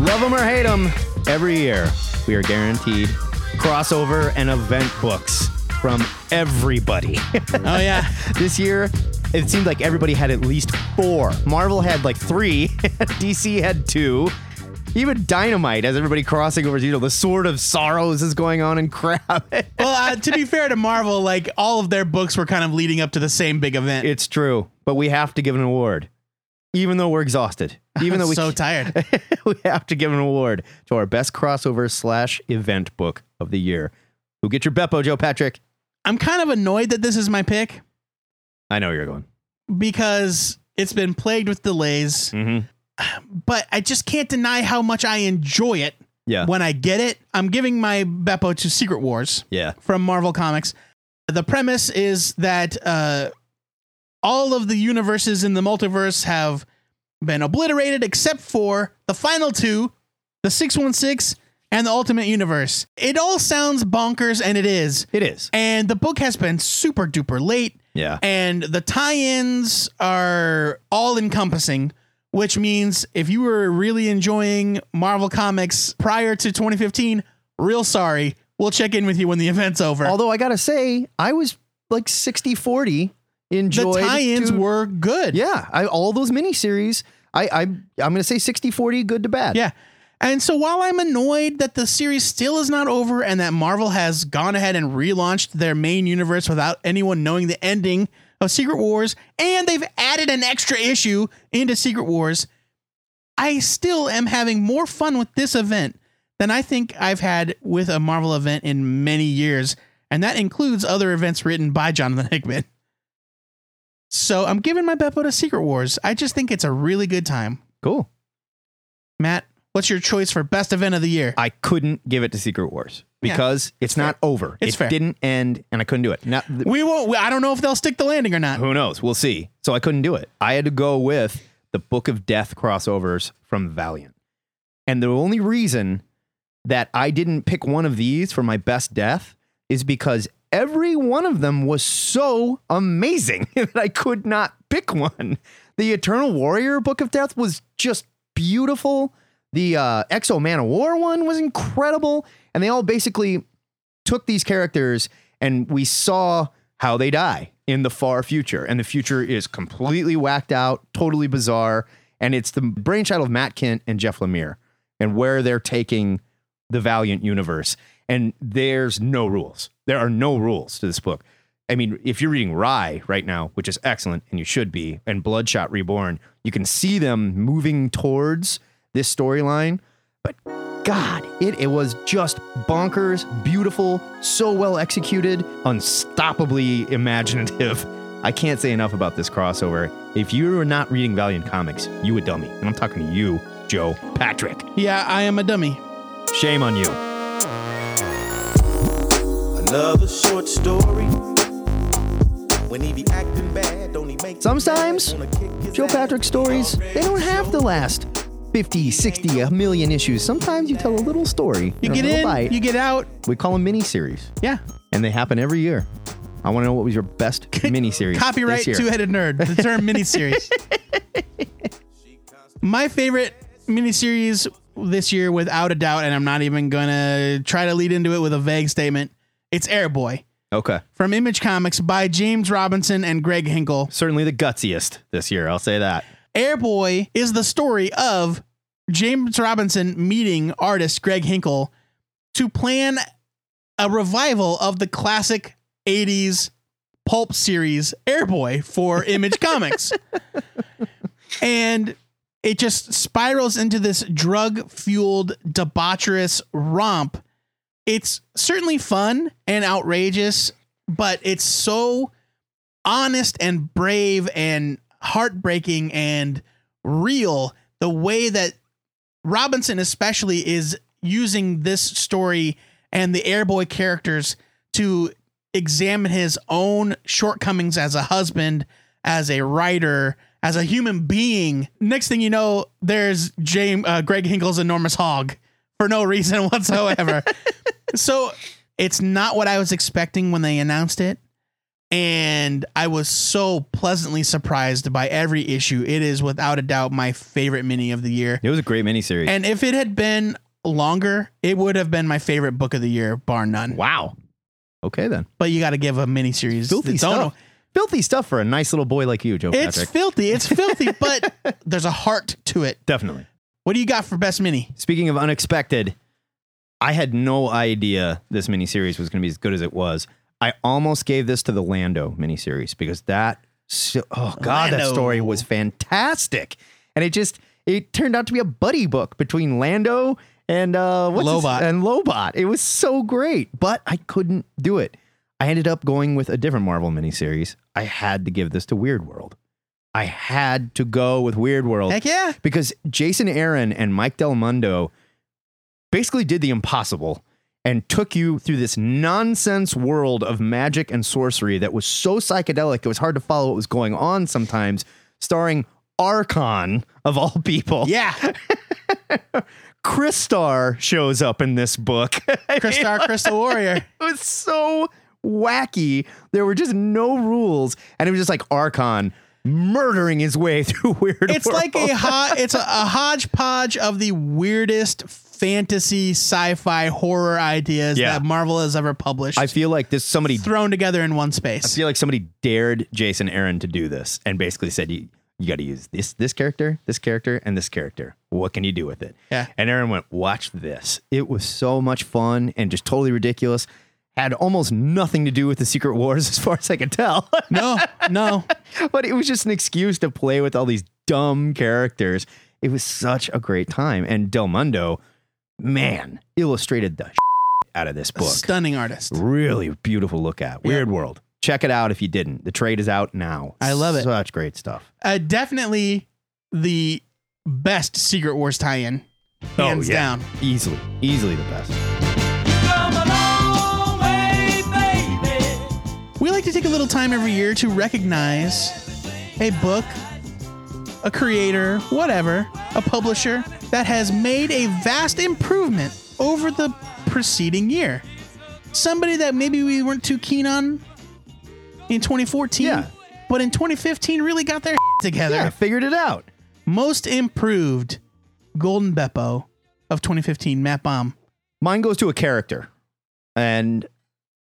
[SPEAKER 3] Yeah. Love them or hate them, every year we are guaranteed crossover and event books from everybody.
[SPEAKER 4] Oh yeah,
[SPEAKER 3] this year it seemed like everybody had at least four marvel had like three dc had two even dynamite as everybody crossing over you know the sword of sorrows is going on in crap
[SPEAKER 4] well, uh, to be fair to Marvel, like all of their books were kind of leading up to the same big event.
[SPEAKER 3] it's true but we have to give an award even though we're exhausted even though we,
[SPEAKER 4] so tired.
[SPEAKER 3] we have to give an award to our best crossover slash event book of the year who get your beppo joe patrick
[SPEAKER 4] I'm kind of annoyed that this is my pick
[SPEAKER 3] i know where you're going
[SPEAKER 4] because it's been plagued with delays,
[SPEAKER 3] Mhm.
[SPEAKER 4] but I just can't deny how much I enjoy it
[SPEAKER 3] yeah
[SPEAKER 4] when I get it. I'm giving my Beppo to Secret Wars.
[SPEAKER 3] yeah
[SPEAKER 4] from Marvel Comics. The premise is that uh, all of the universes in the multiverse have been obliterated except for the final two, the 616 and the Ultimate Universe. It all sounds bonkers, and it is.
[SPEAKER 3] it is
[SPEAKER 4] And the book has been super duper late,
[SPEAKER 3] yeah
[SPEAKER 4] and the tie ins are all encompassing. Which means if you were really enjoying Marvel Comics prior to 2015, real sorry. We'll check in with you when the event's over.
[SPEAKER 3] Although I gotta say, I was like 60 40
[SPEAKER 4] the
[SPEAKER 3] enjoyed.
[SPEAKER 4] tie-ins
[SPEAKER 3] to-
[SPEAKER 4] were good.
[SPEAKER 3] yeah. I all those miniseries. I I I'm gonna say 60 40 good to bad.
[SPEAKER 4] Yeah. And so while I'm annoyed that the series still is not over and that Marvel has gone ahead and relaunched their main universe without anyone knowing the ending of Secret Wars and they've added an extra issue into Secret Wars, I still am having more fun with this event than I think I've had with a Marvel event in many years, and that includes other events written by Jonathan Hickman. So I'm giving my Beppo to Secret Wars. I just think it's a really good time.
[SPEAKER 3] Cool.
[SPEAKER 4] Matt, what's your choice for best event of the year?
[SPEAKER 3] I couldn't give it to Secret Wars
[SPEAKER 4] Yeah.
[SPEAKER 3] because it's not over.
[SPEAKER 4] It's
[SPEAKER 3] it
[SPEAKER 4] fair.
[SPEAKER 3] didn't end and I couldn't do it. Not, th-
[SPEAKER 4] We won't. we- I don't know if they'll stick the landing or not.
[SPEAKER 3] who knows? We'll see. So I couldn't do it. I had to go with the Book of Death crossovers from Valiant. And the only reason that I didn't pick one of these for my best death is because every one of them was so amazing that I could not pick one. The Eternal Warrior Book of Death was just beautiful. The uh, Exo Man of War one was incredible. And they all basically took these characters and we saw how they die in the far future. And the future is completely whacked out, totally bizarre. And it's the brainchild of Matt Kent and Jeff Lemire and where they're taking the Valiant universe. And there's no rules. There are no rules to this book. I mean, if you're reading Rye right now, which is excellent, and you should be, and Bloodshot Reborn, you can see them moving towards this storyline. But God, it, it was just bonkers, beautiful, so well executed, unstoppably imaginative. I can't say enough about this crossover. If you are not reading Valiant Comics, you a dummy. And I'm talking to you, Joe Patrick.
[SPEAKER 4] Yeah, I am a dummy.
[SPEAKER 3] Shame on you.
[SPEAKER 6] Another short story. When he be acting bad, don't he make
[SPEAKER 3] Sometimes, Joe Patrick stories, they don't have to last 50, 60, a million issues. Sometimes you tell a little story.
[SPEAKER 4] You
[SPEAKER 3] a
[SPEAKER 4] get
[SPEAKER 3] little
[SPEAKER 4] in,
[SPEAKER 3] bite.
[SPEAKER 4] you get out.
[SPEAKER 3] we call them miniseries,
[SPEAKER 4] Yeah.
[SPEAKER 3] and they happen every year. I want to know what was your best miniseries. this
[SPEAKER 4] Copyright
[SPEAKER 3] year.
[SPEAKER 4] two-headed nerd. The term miniseries. My favorite miniseries this year, without a doubt, and I'm not even gonna try to lead into it with a vague statement, It's Airboy
[SPEAKER 3] Okay.
[SPEAKER 4] from Image Comics by James Robinson and Greg Hinkle.
[SPEAKER 3] Certainly the gutsiest this year. I'll say that.
[SPEAKER 4] Airboy is the story of James Robinson meeting artist Greg Hinkle to plan a revival of the classic 80s pulp series Airboy for Image Comics. And it just spirals into this drug fueled, debaucherous romp. It's certainly fun and outrageous, but it's so honest and brave and heartbreaking and real the way that Robinson especially is using this story and the Airboy characters to examine his own shortcomings as a husband, as a writer, as a human being. Next thing you know, there's James uh, Greg Hinkle's enormous hog for no reason whatsoever. so it's not what I was expecting when they announced it and I was so pleasantly surprised by every issue. It is without a doubt my favorite mini of the year.
[SPEAKER 3] It was a great miniseries.
[SPEAKER 4] And if it had been longer, it would have been my favorite book of the year, bar none.
[SPEAKER 3] wow. Okay then.
[SPEAKER 4] But you got to give a miniseries
[SPEAKER 3] Filthy
[SPEAKER 4] its own-
[SPEAKER 3] stuff. Filthy stuff for a nice little boy like you, Joe
[SPEAKER 4] It's
[SPEAKER 3] Patrick.
[SPEAKER 4] filthy. It's filthy, but there's a heart to it.
[SPEAKER 3] Definitely.
[SPEAKER 4] What do you got for best mini?
[SPEAKER 3] Speaking of unexpected, I had no idea this miniseries was going to be as good as it was. I almost gave this to the Lando miniseries because that, so, oh god, that
[SPEAKER 4] Lando.
[SPEAKER 3] story was fantastic, and it just it turned out to be a buddy book between Lando and uh, what's his-
[SPEAKER 4] Lobot.
[SPEAKER 3] and Lobot. It was so great, but I couldn't do it. I ended up going with a different Marvel miniseries. I had to give this to Weird World. I had to go with Weird World
[SPEAKER 4] Heck yeah.
[SPEAKER 3] because Jason Aaron and Mike Del Mundo basically did the impossible and took you through this nonsense world of magic and sorcery that was so psychedelic it was hard to follow what was going on sometimes starring Archon of all people.
[SPEAKER 4] Yeah.
[SPEAKER 3] Chris Star shows up in this book.
[SPEAKER 4] Crystar Crystal Warrior.
[SPEAKER 3] It was so wacky. There were just no rules and it was just like Archon murdering his way through weird
[SPEAKER 4] It's like
[SPEAKER 3] world.
[SPEAKER 4] a ho- it's a, a hodgepodge of the weirdest fantasy, sci-fi, horror ideas
[SPEAKER 3] Yeah.
[SPEAKER 4] that Marvel has ever published.
[SPEAKER 3] I feel like this somebody
[SPEAKER 4] thrown together in one
[SPEAKER 3] I
[SPEAKER 4] space.
[SPEAKER 3] feel like somebody dared Jason Aaron to do this and basically said, "You, you got to use this this character, this character, and this character. What can you do with it?"
[SPEAKER 4] Yeah.
[SPEAKER 3] And Aaron went, "Watch this." It was so much fun and just totally ridiculous. Had almost nothing to do with the Secret Wars, as far as I could tell.
[SPEAKER 4] No, no.
[SPEAKER 3] but it was just an excuse to play with all these dumb characters. It was such a great time. And Del Mundo, man, illustrated the out of this book.
[SPEAKER 4] Stunning artist.
[SPEAKER 3] Really beautiful look at. Weird World. Check it out if you didn't. The trade is out now.
[SPEAKER 4] I love it.
[SPEAKER 3] Such great stuff.
[SPEAKER 4] Uh, definitely the best Secret Wars tie-in.
[SPEAKER 3] Oh,
[SPEAKER 4] Hands down.
[SPEAKER 3] Easily, easily the best.
[SPEAKER 4] We like to take a little time every year to recognize a book, a creator, whatever, a publisher that has made a vast improvement over the preceding year. Somebody that maybe we weren't too keen on in 2014,
[SPEAKER 3] Yeah.
[SPEAKER 4] but in 2015 really got their together.
[SPEAKER 3] Yeah, I figured it out.
[SPEAKER 4] Most improved Golden Beppo of 2015, Matt Bomb.
[SPEAKER 3] Mine goes to a character. And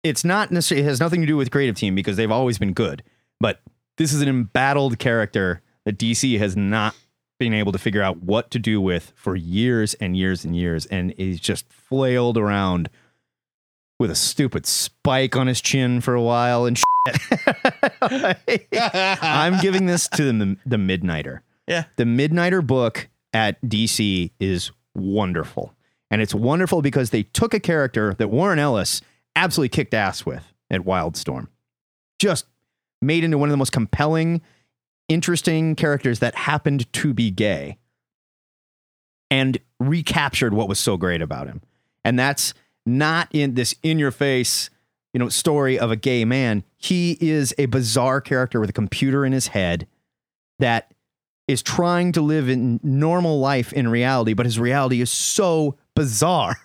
[SPEAKER 3] it's not necessarily, it has nothing to do with creative team because they've always been good. But this is an embattled character that DC has not been able to figure out what to do with for years and years and years. And he's just flailed around with a stupid spike on his chin for a while and shit. I'm giving this to the, the Midnighter.
[SPEAKER 4] Yeah.
[SPEAKER 3] The Midnighter book at DC is wonderful. And it's wonderful because they took a character that Warren Ellis absolutely kicked ass with at Wildstorm, just made into one of the most compelling, interesting characters that happened to be gay and recaptured what was so great about him. And that's not in this in your face, you know, story of a gay man. He is a bizarre character with a computer in his head that is trying to live in normal life in reality, but his reality is so bizarre.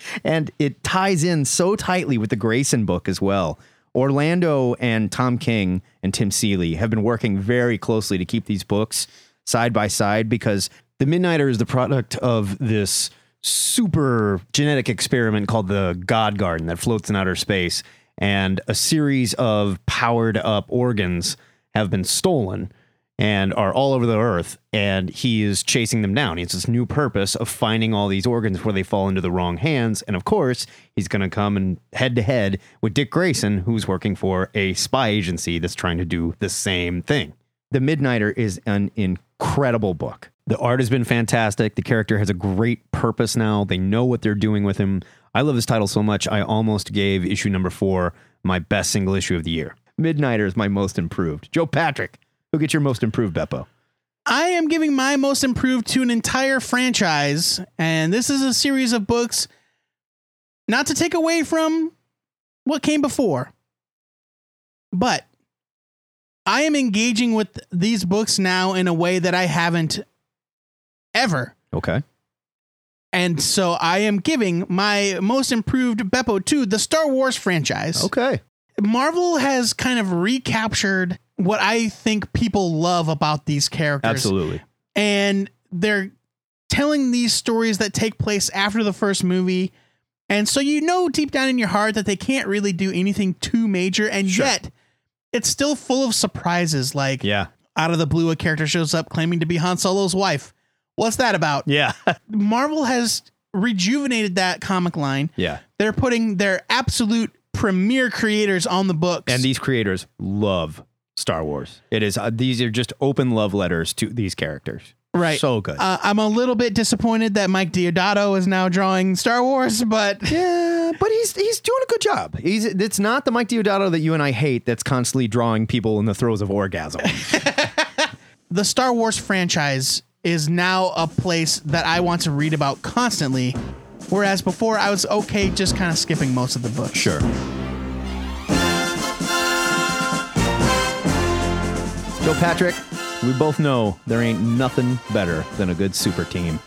[SPEAKER 3] and it ties in so tightly with the Grayson book as well. Orlando and Tom King and Tim Seeley have been working very closely to keep these books side by side because The Midnighter is the product of this super genetic experiment called the God Garden that floats in outer space, and a series of powered up organs have been stolen and are all over the earth. And he is chasing them down. It's this new purpose of finding all these organs where they fall into the wrong hands. And of course, he's going to come and head to head with Dick Grayson, who's working for a spy agency that's trying to do the same thing. The Midnighter is an incredible book. The art has been fantastic. The character has a great purpose now. They know what they're doing with him. I love this title so much, I almost gave issue number four my best single issue of the year. Midnighter is my most improved. Joe Patrick, who gets your most improved, Beppo?
[SPEAKER 4] I am giving my most improved to an entire franchise, and this is a series of books not to take away from what came before, but I am engaging with these books now in a way that I haven't ever.
[SPEAKER 3] Okay.
[SPEAKER 4] And so I am giving my most improved Beppo to the Star Wars franchise.
[SPEAKER 3] Okay.
[SPEAKER 4] Marvel has kind of recaptured what I think people love about these characters.
[SPEAKER 3] Absolutely.
[SPEAKER 4] And they're telling these stories that take place after the first movie. And so you know deep down in your heart that they can't really do anything too major. And
[SPEAKER 3] Sure.
[SPEAKER 4] yet, it's still full of surprises. Like,
[SPEAKER 3] Yeah.
[SPEAKER 4] out of the blue, a character shows up claiming to be Han Solo's wife. What's that about?
[SPEAKER 3] Yeah.
[SPEAKER 4] Marvel has rejuvenated that comic line.
[SPEAKER 3] yeah.
[SPEAKER 4] They're putting their absolute premier creators on the books.
[SPEAKER 3] And these creators love Star Wars. It is, uh, these are just open love letters to these characters.
[SPEAKER 4] Right.
[SPEAKER 3] So good.
[SPEAKER 4] Uh, I'm a little bit disappointed that Mike Diodato is now drawing Star Wars, but
[SPEAKER 3] Yeah, but he's he's doing a good job. He's it's not the Mike Diodato that you and I hate that's constantly drawing people in the throes of orgasm.
[SPEAKER 4] the Star Wars franchise is now a place that I want to read about constantly, whereas before I was okay just kind of skipping most of the books.
[SPEAKER 3] sure. Joe Patrick, we both know there ain't nothing better than a good super team.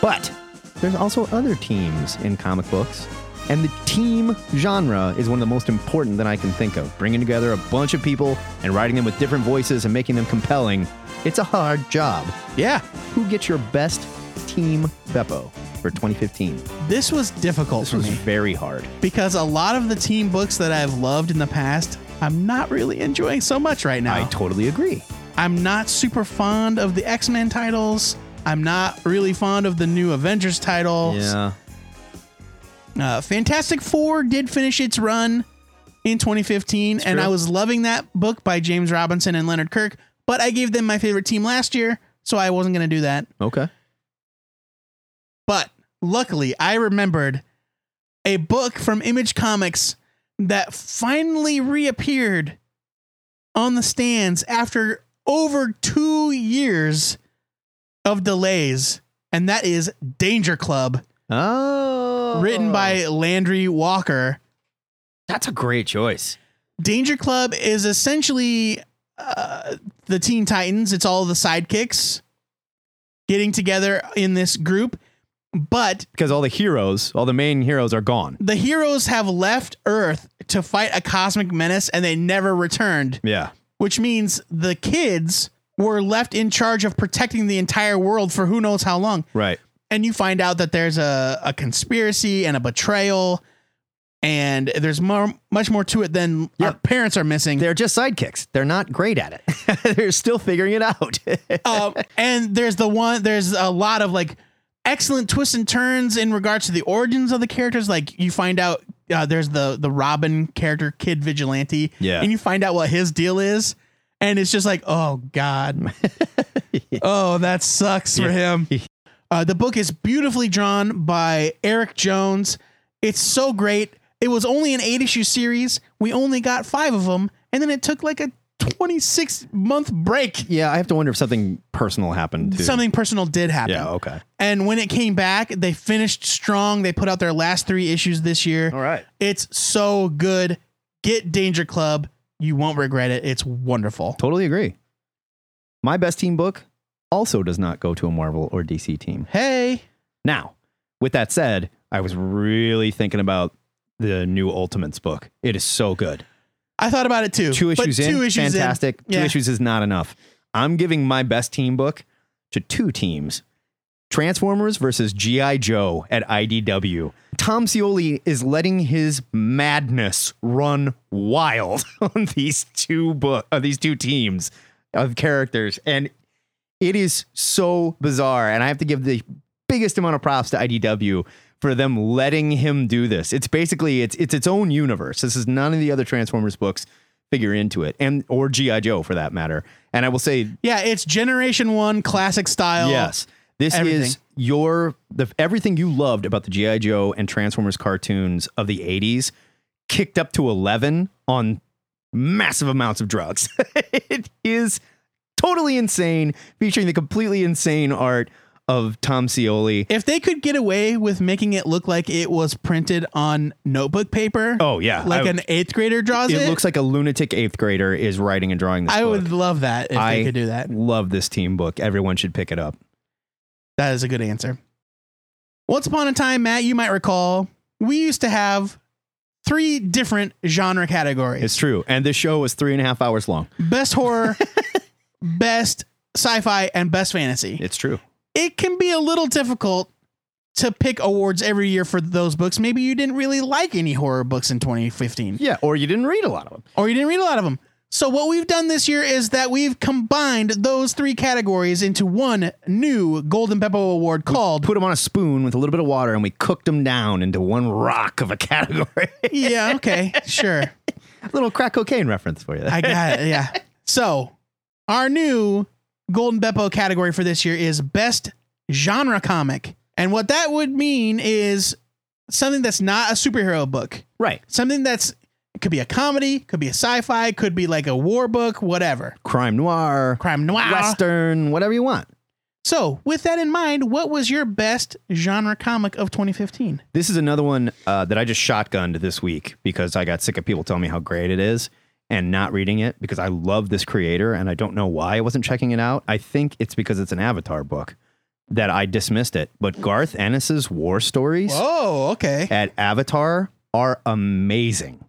[SPEAKER 3] But there's also other teams in comic books. And the team genre is one of the most important that I can think of. Bringing together a bunch of people and writing them with different voices and making them compelling, it's a hard job.
[SPEAKER 4] Yeah.
[SPEAKER 3] Who gets your best team Beppo for 2015?
[SPEAKER 4] This was difficult
[SPEAKER 3] This
[SPEAKER 4] for
[SPEAKER 3] was
[SPEAKER 4] me
[SPEAKER 3] very hard.
[SPEAKER 4] because a lot of the team books that I've loved in the past, I'm not really enjoying so much right now.
[SPEAKER 3] I totally agree.
[SPEAKER 4] I'm not super fond of the X Men titles. I'm not really fond of the new Avengers titles. Uh, Fantastic Four did finish its run in 2015, and
[SPEAKER 3] true.
[SPEAKER 4] I was loving that book by James Robinson and Leonard Kirk, but I gave them my favorite team last year, so I wasn't going to do that.
[SPEAKER 3] Okay.
[SPEAKER 4] But luckily, I remembered a book from Image Comics that finally reappeared on the stands after over two years of delays, and that is Danger Club,
[SPEAKER 3] Oh.
[SPEAKER 4] written by Landry Walker.
[SPEAKER 3] That's a great choice.
[SPEAKER 4] Danger Club is essentially uh, the Teen Titans. It's all the sidekicks getting together in this group, but
[SPEAKER 3] Because all the heroes, all the main heroes are gone.
[SPEAKER 4] the heroes have left Earth to fight a cosmic menace, and they never returned.
[SPEAKER 3] Yeah.
[SPEAKER 4] Which means the kids were left in charge of protecting the entire world for who knows how long.
[SPEAKER 3] Right.
[SPEAKER 4] And you find out that there's a, a conspiracy and a betrayal, and there's more, much more to it than
[SPEAKER 3] Yeah.
[SPEAKER 4] our parents are missing.
[SPEAKER 3] They're just sidekicks. They're not great at it. They're still figuring it out.
[SPEAKER 4] um, and there's the one there's a lot of like excellent twists and turns in regards to the origins of the characters like you find out uh, there's the the robin character kid vigilante
[SPEAKER 3] Yeah.
[SPEAKER 4] and you find out what his deal is and it's just like oh god oh that sucks for him uh, the book is beautifully drawn by eric jones it's so great it was only an eight issue series we only got five of them and then it took like a 26 month break
[SPEAKER 3] yeah, I have to wonder if something personal happened. To,
[SPEAKER 4] something personal did happen.
[SPEAKER 3] Yeah. Okay.
[SPEAKER 4] And when it came back, they finished strong. They put out their last three issues this year.
[SPEAKER 3] right.
[SPEAKER 4] It's so good. Get Danger Club. You won't regret it. It's wonderful.
[SPEAKER 3] Totally agree. My best team book also does not go to a Marvel or DC team.
[SPEAKER 4] Hey,
[SPEAKER 3] Now, with that said, I was really thinking about the new Ultimates book. It is so good.
[SPEAKER 4] I thought about it too.
[SPEAKER 3] Two
[SPEAKER 4] but
[SPEAKER 3] issues in,
[SPEAKER 4] two issues
[SPEAKER 3] fantastic.
[SPEAKER 4] In. Yeah.
[SPEAKER 3] Two issues is not enough. I'm giving my best team book to two teams, Transformers versus G.I. Joe at IDW. Tom Scioli is letting his madness run wild on these two book, uh, these two teams of characters, and it is so bizarre. And I have to give the biggest amount of props to IDW for them letting him do this. It's basically it's it's its own universe. This is none of the other Transformers books figure into it, and or GI Joe for that matter. And I will say
[SPEAKER 4] Yeah, it's Generation One classic style.
[SPEAKER 3] Yes. This
[SPEAKER 4] everything.
[SPEAKER 3] is your the everything you loved about the GI Joe and Transformers cartoons of the 80s kicked up to 11 on massive amounts of drugs. it is totally insane featuring the completely insane art of Tom Scioli.
[SPEAKER 4] If they could get away with making it look like it was printed on notebook paper,
[SPEAKER 3] Oh, yeah.
[SPEAKER 4] like
[SPEAKER 3] I-
[SPEAKER 4] an eighth grader draws it,
[SPEAKER 3] It looks like a lunatic 8th grader is writing and drawing this
[SPEAKER 4] I
[SPEAKER 3] book.
[SPEAKER 4] would love that if
[SPEAKER 3] I
[SPEAKER 4] they could do that.
[SPEAKER 3] Love this team book. Everyone should pick it up.
[SPEAKER 4] That is a good answer. Once upon a time, Matt, you might recall, we used to have three different genre categories:
[SPEAKER 3] It's true. And this show was three and a half hours long.
[SPEAKER 4] best horror, best sci-fi, and best fantasy.
[SPEAKER 3] It's true.
[SPEAKER 4] it can be a little difficult to pick awards every year for those books. Maybe you didn't really like any horror books in 2015,
[SPEAKER 3] Yeah. Or you didn't read a lot of them.
[SPEAKER 4] or you didn't read a lot of them. So, what we've done this year is that we've combined those three categories into one new Golden Beppo Award called.
[SPEAKER 3] put them on a spoon with a little bit of water and we cooked them down into one rock of a category.
[SPEAKER 4] yeah, okay, sure.
[SPEAKER 3] little crack cocaine reference for you. There.
[SPEAKER 4] I got it, yeah. So, our new Golden Beppo category for this year is Best Genre Comic. And what that would mean is something that's not a superhero book.
[SPEAKER 3] right.
[SPEAKER 4] something that's it could be a comedy, could be a sci-fi, could be like a war book, whatever.
[SPEAKER 3] Crime noir,
[SPEAKER 4] Crime noir.
[SPEAKER 3] western, whatever you want.
[SPEAKER 4] So, with that in mind, what was your best genre comic of 2015?
[SPEAKER 3] This is another one uh, that I just shotgunned this week because I got sick of people telling me how great it is and not reading it because I love this creator and I don't know why I wasn't checking it out. I think it's because it's an Avatar book that I dismissed it. But Garth Ennis's War Stories.
[SPEAKER 4] Oh, okay.
[SPEAKER 3] at Avatar are amazing.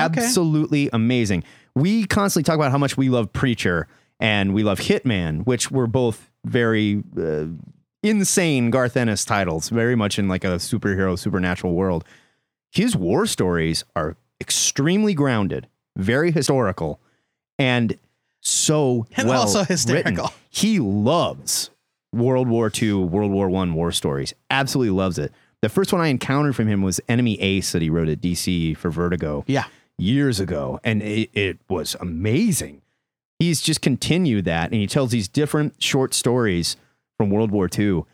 [SPEAKER 3] Absolutely amazing. We constantly talk about how much we love Preacher and we love Hitman, which were both very uh, insane Garth Ennis titles, very much in like a superhero, supernatural world. His war stories are extremely grounded, very historical, and so
[SPEAKER 4] And
[SPEAKER 3] well
[SPEAKER 4] also
[SPEAKER 3] written.
[SPEAKER 4] hysterical.
[SPEAKER 3] He loves World War II, World War One war stories. Absolutely loves it. The first one I encountered from him was Enemy Ace that he wrote at DC for Vertigo
[SPEAKER 4] Yeah.
[SPEAKER 3] years ago, and it, it was amazing. He's just continued that, and he tells these different short stories from World War II.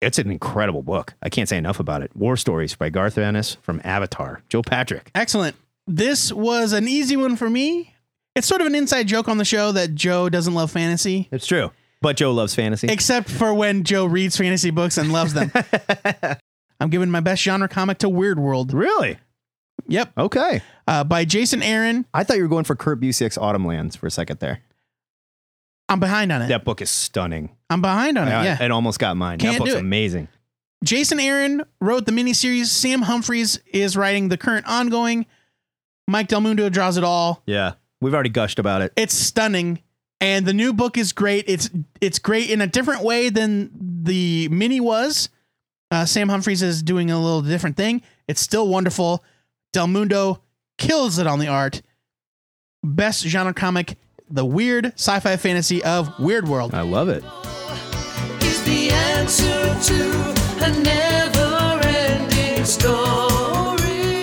[SPEAKER 3] It's an incredible book. I can't say enough about it. War Stories by Garth Ennis from Avatar. Joe Patrick.
[SPEAKER 4] Excellent. This was an easy one for me. It's sort of an inside joke on the show that Joe doesn't love fantasy,
[SPEAKER 3] It's true, but Joe loves fantasy.
[SPEAKER 4] except for when Joe reads fantasy books and loves them. I'm giving my best genre comic to Weird World.
[SPEAKER 3] really?
[SPEAKER 4] Yep.
[SPEAKER 3] Okay.
[SPEAKER 4] Uh, by Jason Aaron.
[SPEAKER 3] I thought you were going for Kurt Busiek's Autumn Lands for a second there.
[SPEAKER 4] I'm behind on it.
[SPEAKER 3] That book is stunning.
[SPEAKER 4] I'm behind on it.
[SPEAKER 3] I-
[SPEAKER 4] Yeah.
[SPEAKER 3] It almost got mine.
[SPEAKER 4] Can't
[SPEAKER 3] that book's
[SPEAKER 4] do it.
[SPEAKER 3] amazing.
[SPEAKER 4] Jason Aaron wrote the miniseries. Sam Humphries is writing the current ongoing. Mike Del Mundo draws it all.
[SPEAKER 3] Yeah. We've already gushed about it.
[SPEAKER 4] It's stunning. And the new book is great. It's it's great in a different way than the mini was. Uh, Sam Humphries is doing a little different thing. It's still wonderful. Del Mundo kills it on the art. Best genre comic, the weird sci-fi fantasy of Weird World.
[SPEAKER 3] I love it.
[SPEAKER 7] is the answer to a never-ending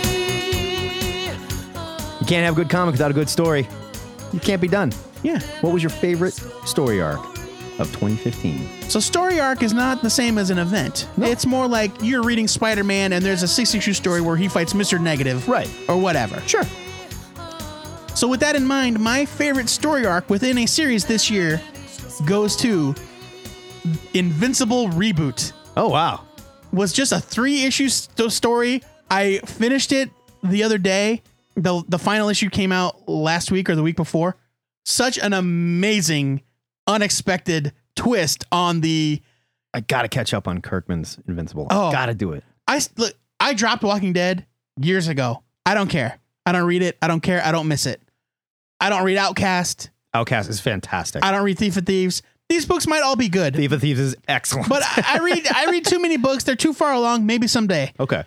[SPEAKER 7] story.
[SPEAKER 3] You can't have a good comic without a good story. You can't be done.
[SPEAKER 4] Yeah.
[SPEAKER 3] What was your favorite story arc of 2015?
[SPEAKER 4] So story arc is not the same as an event. It's more like you're reading Spider-Man and there's a 60 issue story where he fights Mr. Negative.
[SPEAKER 3] Right.
[SPEAKER 4] Or whatever.
[SPEAKER 3] Sure.
[SPEAKER 4] So with that in mind, my favorite story arc within a series this year goes to Invincible Reboot.
[SPEAKER 3] Oh, wow.
[SPEAKER 4] Was just a 3 issue st- story. I finished it the other day. The the final issue came out last week or the week before. Such an amazing unexpected twist on the
[SPEAKER 3] I got to catch up on Kirkman's Invincible.
[SPEAKER 4] Oh.
[SPEAKER 3] Got to do it.
[SPEAKER 4] I s- look. I dropped Walking Dead years ago. I don't care. I don't read it. I don't care. I don't miss it. I don't read Outcast.
[SPEAKER 3] Outcast is fantastic.
[SPEAKER 4] I don't read Thief of Thieves. These books might all be good,
[SPEAKER 3] Thief of Thieves is excellent.
[SPEAKER 4] but I, I read I read too many books. They're too far along. Maybe someday.
[SPEAKER 3] okay.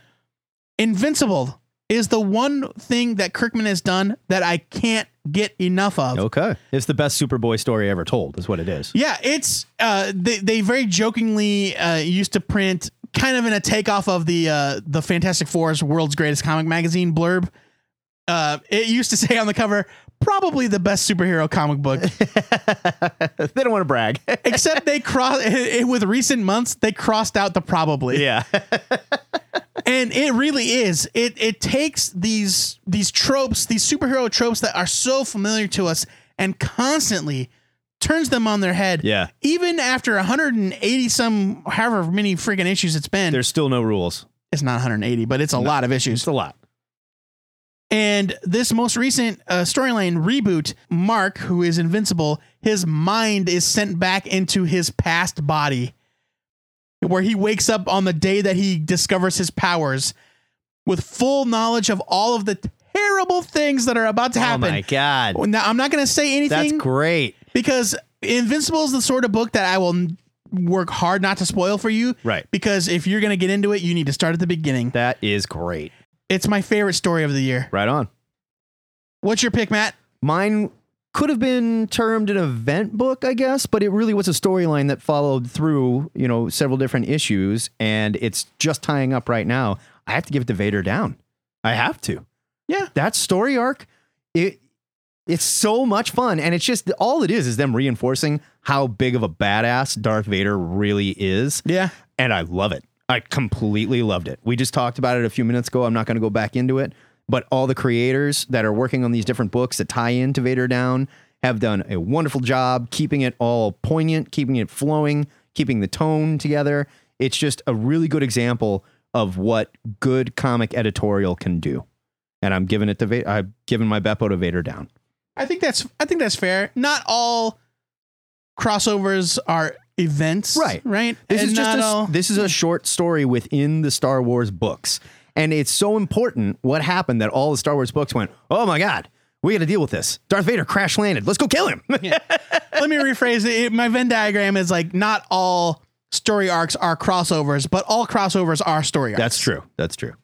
[SPEAKER 4] Invincible is the one thing that Kirkman has done that I can't get enough of.
[SPEAKER 3] Okay. It's the best Superboy story ever told, is what it is.
[SPEAKER 4] Yeah, it's uh, they they very jokingly uh, used to print kind of in a takeoff of the uh, the Fantastic Four's World's Greatest Comic Magazine blurb. Uh, it used to say on the cover, probably the best superhero comic book.
[SPEAKER 3] they don't want to brag.
[SPEAKER 4] Except they cross with recent months they crossed out the probably.
[SPEAKER 3] yeah.
[SPEAKER 4] and it really is it it takes these these tropes these superhero tropes that are so familiar to us and constantly turns them on their head
[SPEAKER 3] Yeah.
[SPEAKER 4] even after 180 some however many freaking issues it's been
[SPEAKER 3] There's still no rules.
[SPEAKER 4] it's not 180 but it's a lot of issues
[SPEAKER 3] It's a lot.
[SPEAKER 4] and this most recent uh, storyline reboot mark who is invincible his mind is sent back into his past body where he wakes up on the day that he discovers his powers with full knowledge of all of the terrible things that are about to happen
[SPEAKER 3] Oh my God.
[SPEAKER 4] now i'm not going to say
[SPEAKER 3] That's
[SPEAKER 4] anything
[SPEAKER 3] great.
[SPEAKER 4] because Invincible is the sort of book that I will n- work hard not to spoil for you.
[SPEAKER 3] Right.
[SPEAKER 4] Because if you're going to get into it, you need to start at the beginning.
[SPEAKER 3] That is great.
[SPEAKER 4] It's my favorite story of the year.
[SPEAKER 3] Right on.
[SPEAKER 4] What's your pick, Matt?
[SPEAKER 3] Mine could have been termed an event book, I guess, but it really was a storyline that followed through, you know, several different issues, and it's just tying up right now. I have to give it to Vader Down. I have to.
[SPEAKER 4] Yeah.
[SPEAKER 3] That story arc, it it's so much fun, and it's just all it is is them reinforcing how big of a badass Darth Vader really is
[SPEAKER 4] Yeah.
[SPEAKER 3] and I love it. I completely loved it. We just talked about it a few minutes ago. I'm not going to go back into it, but all the creators that are working on these different books that tie into Vader Down have done a wonderful job keeping it all poignant, keeping it flowing, keeping the tone together. It's just a really good example of what good comic editorial can do. And I'm giving it to Vader. I've given my Beppo to Vader Down.
[SPEAKER 4] I think that's I think that's fair. Not all crossovers are events.
[SPEAKER 3] Right.
[SPEAKER 4] Right.
[SPEAKER 3] This
[SPEAKER 4] And
[SPEAKER 3] is just
[SPEAKER 4] not
[SPEAKER 3] a,
[SPEAKER 4] all-
[SPEAKER 3] this is a short story within the Star Wars books, and it's so important what happened that all the Star Wars books went, oh my god, we got to deal with this. Darth Vader crash landed. Let's go kill him.
[SPEAKER 4] let me rephrase it. My Venn diagram is like not all story arcs are crossovers, but all crossovers are story arcs.
[SPEAKER 3] That's true. That's true.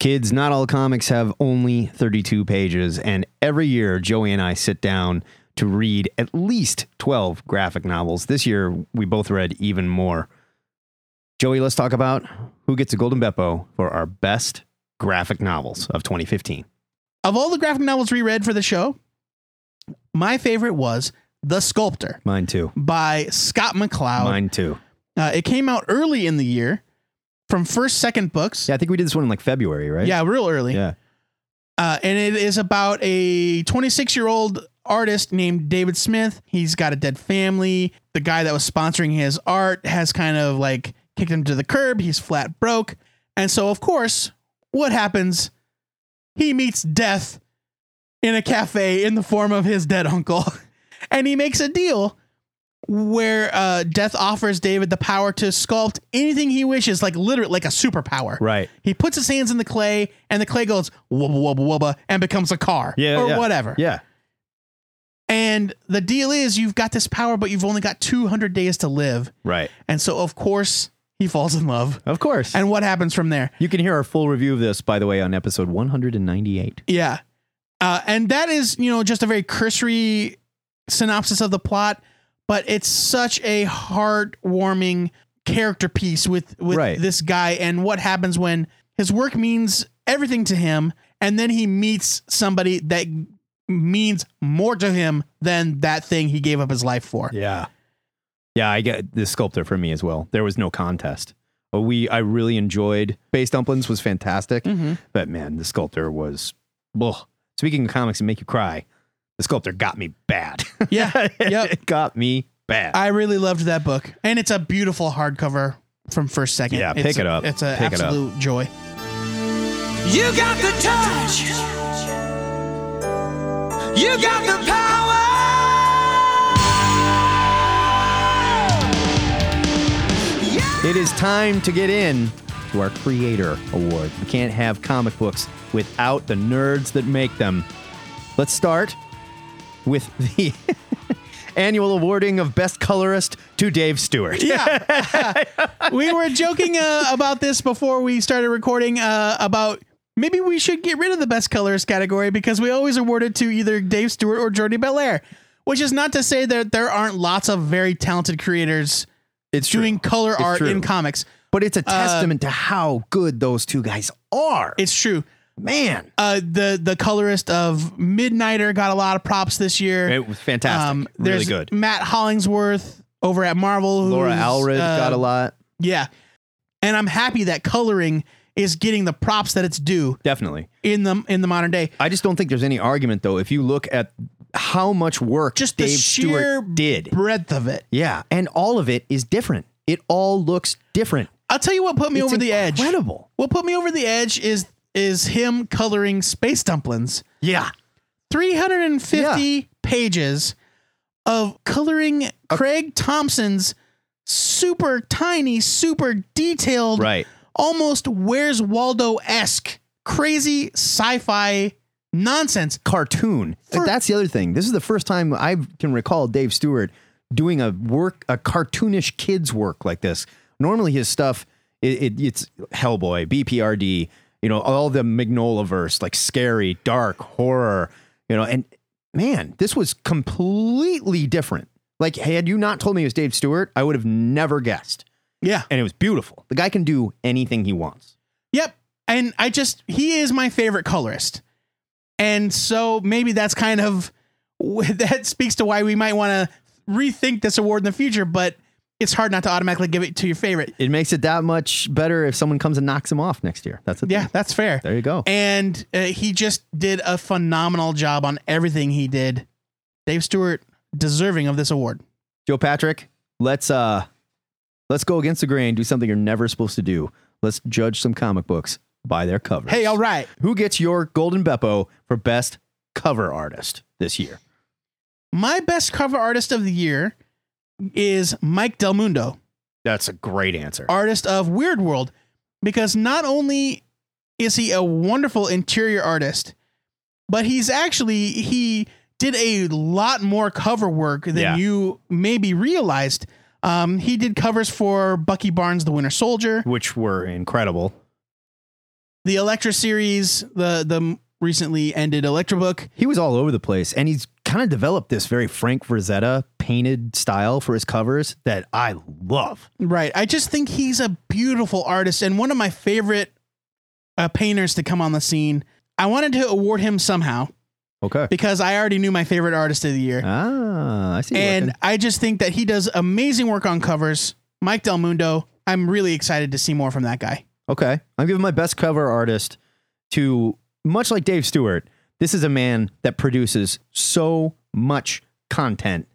[SPEAKER 3] Kids, not all comics have only 32 pages, and every year Joey and I sit down to read at least 12 graphic novels. This year we both read even more. Joey, let's talk about who gets a Golden Beppo for our best graphic novels of 2015.
[SPEAKER 4] of all the graphic novels we read for the show, my favorite was The Sculptor
[SPEAKER 3] Mine too.
[SPEAKER 4] by Scott McCloud.
[SPEAKER 3] Mine too.
[SPEAKER 4] Uh, it came out early in the year from First Second Books.
[SPEAKER 3] Yeah, I think we did this one in like February, right?
[SPEAKER 4] Yeah, real early.
[SPEAKER 3] Yeah.
[SPEAKER 4] Uh, and it is about a 26 year old artist named David Smith. He's got a dead family. The guy that was sponsoring his art has kind of like kicked him to the curb. He's flat broke. And so, of course, what happens? He meets death in a cafe in the form of his dead uncle. and he makes a deal where uh, death offers David the power to sculpt anything he wishes, like literally, like a superpower.
[SPEAKER 3] Right.
[SPEAKER 4] He puts his hands in the clay, and the clay goes wubba wubba wubba and becomes a car
[SPEAKER 3] Yeah.
[SPEAKER 4] or
[SPEAKER 3] yeah.
[SPEAKER 4] whatever.
[SPEAKER 3] Yeah.
[SPEAKER 4] And the deal is, you've got this power, but you've only got 200 days to live.
[SPEAKER 3] Right.
[SPEAKER 4] And so, of course, he falls in love.
[SPEAKER 3] Of course.
[SPEAKER 4] And what happens from there?
[SPEAKER 3] you can hear our full review of this, by the way, on episode 198.
[SPEAKER 4] Yeah. Uh, and that is, you know, just a very cursory synopsis of the plot, but it's such a heartwarming character piece with with
[SPEAKER 3] Right.
[SPEAKER 4] this guy and what happens when his work means everything to him and then he meets somebody that means more to him than that thing he gave up his life for.
[SPEAKER 3] Yeah. Yeah, I get the sculptor for me as well. There was no contest. But we I really enjoyed Base Dumplings was fantastic. But man, the sculptor was ugh. speaking of comics that make you cry, the sculptor got me bad.
[SPEAKER 4] Yeah. yep.
[SPEAKER 3] it got me bad.
[SPEAKER 4] I really loved that book. And it's a beautiful hardcover from first second.
[SPEAKER 3] Yeah,
[SPEAKER 4] It's
[SPEAKER 3] pick
[SPEAKER 4] a-
[SPEAKER 3] it up.
[SPEAKER 4] It's an
[SPEAKER 3] Pick it up.
[SPEAKER 4] absolute joy.
[SPEAKER 7] You got the touch. You got the power.
[SPEAKER 3] It is time to get in to our Creator Award. We can't have comic books without the nerds that make them. Let's start with the annual awarding of best colorist to Dave Stewart.
[SPEAKER 4] Yeah. we were joking uh, about this before we started recording uh, about maybe we should get rid of the best colorist category because we always award it to either Dave Stewart or Jordi Belair, which is not to say that there aren't lots of very talented creators
[SPEAKER 3] It's true.
[SPEAKER 4] doing color
[SPEAKER 3] It's
[SPEAKER 4] art
[SPEAKER 3] true.
[SPEAKER 4] in comics.
[SPEAKER 3] But it's a testament to how good those two guys are.
[SPEAKER 4] It's true.
[SPEAKER 3] Man,
[SPEAKER 4] Uh, the the colorist of Midnighter got a lot of props this year. Um,
[SPEAKER 3] it was fantastic. really
[SPEAKER 4] there's
[SPEAKER 3] good.
[SPEAKER 4] Matt Hollingsworth over at Marvel. Who's,
[SPEAKER 3] Laura Alred
[SPEAKER 4] uh,
[SPEAKER 3] got a lot.
[SPEAKER 4] Yeah, and I'm happy that coloring is getting the props that it's due
[SPEAKER 3] Definitely.
[SPEAKER 4] in the in the modern day.
[SPEAKER 3] I just don't think there's any argument though. If you look at how much work
[SPEAKER 4] Just the
[SPEAKER 3] Dave
[SPEAKER 4] sheer
[SPEAKER 3] Stewart did,
[SPEAKER 4] breadth of it.
[SPEAKER 3] yeah, and all of it is different. It all looks different.
[SPEAKER 4] I'll tell you what put me
[SPEAKER 3] It's
[SPEAKER 4] over the edge.
[SPEAKER 3] incredible.
[SPEAKER 4] What put me over the edge is is him coloring space dumplings.
[SPEAKER 3] Yeah,
[SPEAKER 4] 350 pages of coloring Craig Thompson's super tiny, super detailed,
[SPEAKER 3] Right.
[SPEAKER 4] almost Where's Waldo esque, crazy sci fi nonsense.
[SPEAKER 3] cartoon.
[SPEAKER 4] For-
[SPEAKER 3] That's the other thing. This is the first time I can recall Dave Stewart doing a work, a cartoonish kids work like this. Normally, his stuff it, it, it's Hellboy, BPRD, you know, all the Magnola verse, like scary, dark, horror, you know. And man, this was completely different. Like, had you not told me it was Dave Stewart, I would have never guessed.
[SPEAKER 4] Yeah.
[SPEAKER 3] And it was beautiful. The guy can do anything he wants.
[SPEAKER 4] Yep. And I just, he is my favorite colorist. And so maybe that's kind of, that speaks to why we might want to rethink this award in the future, but it's hard not to automatically give it to your favorite.
[SPEAKER 3] It makes it that much better if someone comes and knocks him off next year. That's it.
[SPEAKER 4] Yeah, that's fair.
[SPEAKER 3] There you go.
[SPEAKER 4] And uh, he just did a phenomenal job on everything he did. Dave Stewart, deserving of this award.
[SPEAKER 3] Joe Patrick, let's uh let's go against the grain, do something you're never supposed to do. Let's judge some comic books by their covers.
[SPEAKER 4] Hey, all right.
[SPEAKER 3] Who gets your Golden Beppo for best cover artist this year?
[SPEAKER 4] My best cover artist of the year is Mike Del Mundo.
[SPEAKER 3] That's a great answer.
[SPEAKER 4] artist of Weird World because not only is he a wonderful interior artist, but he's actually he did a lot more cover work than
[SPEAKER 3] Yeah.
[SPEAKER 4] you maybe realized. Um, he did covers for Bucky Barnes, The Winter Soldier,
[SPEAKER 3] Which were incredible.
[SPEAKER 4] the Electra series, the the recently ended Electra book.
[SPEAKER 3] He was all over the place and he's kind of developed this very Frank Frazetta painted style for his covers that I love.
[SPEAKER 4] Right. I just think he's a beautiful artist and one of my favorite uh, painters to come on the scene. I wanted to award him somehow
[SPEAKER 3] Okay.
[SPEAKER 4] because I already knew my favorite artist of the year.
[SPEAKER 3] Ah, I see. you
[SPEAKER 4] and
[SPEAKER 3] working.
[SPEAKER 4] I just think that he does amazing work on covers. Mike Del Mundo, I'm really excited to see more from that guy.
[SPEAKER 3] Okay. I'm giving my best cover artist to, much like Dave Stewart, this is a man that produces so much content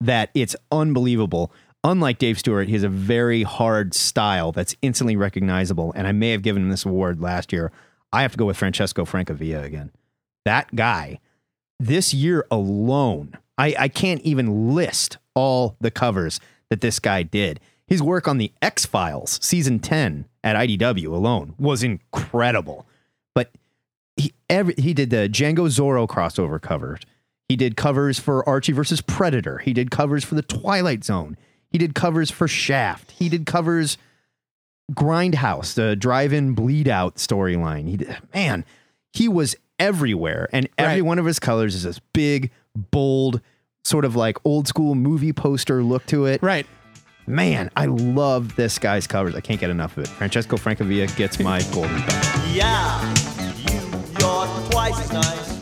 [SPEAKER 3] that it's unbelievable. Unlike Dave Stewart, he has a very hard style that's instantly recognizable. And I may have given him this award last year. I have to go with Francesco Francavilla again. That guy, this year alone, I, I can't even list all the covers that this guy did. His work on the X Files season 10 at IDW alone was incredible. But he every he did the Django Zorro crossover covers. He did covers for Archie versus Predator. He did covers for the Twilight Zone. He did covers for Shaft. He did covers Grindhouse, the drive-in bleed-out storyline. He did, man, he was everywhere, and every
[SPEAKER 4] Right.
[SPEAKER 3] one of his colors is this big, bold, sort of like old school movie poster look to it.
[SPEAKER 4] Right.
[SPEAKER 3] Man, I love this guy's covers. I can't get enough of it. Francesco Francavilla gets my golden. belt.
[SPEAKER 8] Yeah, you, you're twice as nice.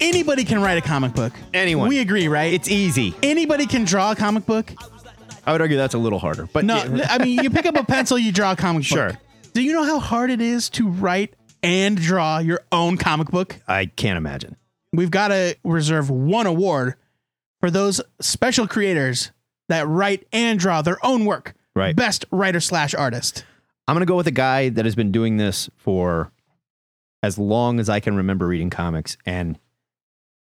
[SPEAKER 4] Anybody can write a comic book.
[SPEAKER 3] Anyone.
[SPEAKER 4] We agree, right?
[SPEAKER 3] It's easy.
[SPEAKER 4] anybody can draw a comic book.
[SPEAKER 3] I would argue that's a little harder, but
[SPEAKER 4] No,
[SPEAKER 3] yeah.
[SPEAKER 4] I mean you pick up a pencil, you draw a comic
[SPEAKER 3] Sure.
[SPEAKER 4] book. Do you know how hard it is to write and draw your own comic book?
[SPEAKER 3] I can't imagine.
[SPEAKER 4] We've got to reserve one award for those special creators that write and draw their own work.
[SPEAKER 3] Right.
[SPEAKER 4] Best writer slash artist.
[SPEAKER 3] I'm gonna go with a guy that has been doing this for as long as I can remember reading comics and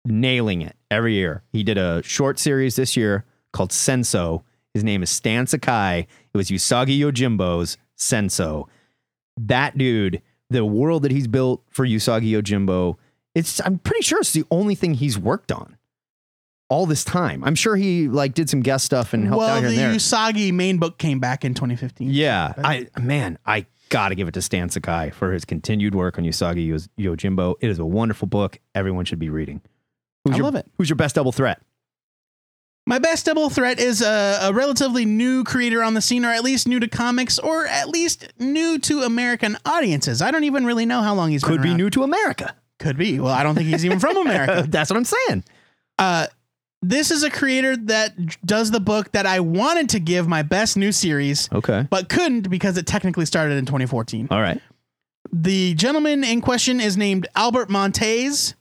[SPEAKER 3] nailing it every year. He did a short series this year called Senso. His name is Stan Sakai. It was Usagi Yojimbo's Senso. That dude, the world that he's built for Usagi Yojimbo, it's I'm pretty sure it's the only thing he's worked on. all this time. I'm sure he like did some guest stuff and helped
[SPEAKER 4] well,
[SPEAKER 3] out here
[SPEAKER 4] the
[SPEAKER 3] and there.
[SPEAKER 4] Usagi main book came back in 2015.
[SPEAKER 3] Yeah, I man, I gotta give it to Stan Sakai for his continued work on Usagi Yo- Yojimbo. It is a wonderful book. Everyone should be reading. Who's
[SPEAKER 4] I
[SPEAKER 3] your,
[SPEAKER 4] love it.
[SPEAKER 3] Who's your best double threat?
[SPEAKER 4] My best double threat is a, a relatively new creator on the scene, or at least new to comics, or at least new to American audiences. I don't even really know how long he's
[SPEAKER 3] Could
[SPEAKER 4] been
[SPEAKER 3] be
[SPEAKER 4] around.
[SPEAKER 3] new to America.
[SPEAKER 4] Could be. Well, I don't think he's even from America.
[SPEAKER 3] That's what I'm saying.
[SPEAKER 4] Uh, this is a creator that does the book that I wanted to give my best new series,
[SPEAKER 3] Okay.
[SPEAKER 4] but couldn't because it technically started in 2014.
[SPEAKER 3] All right.
[SPEAKER 4] The gentleman in question is named Albert Montez,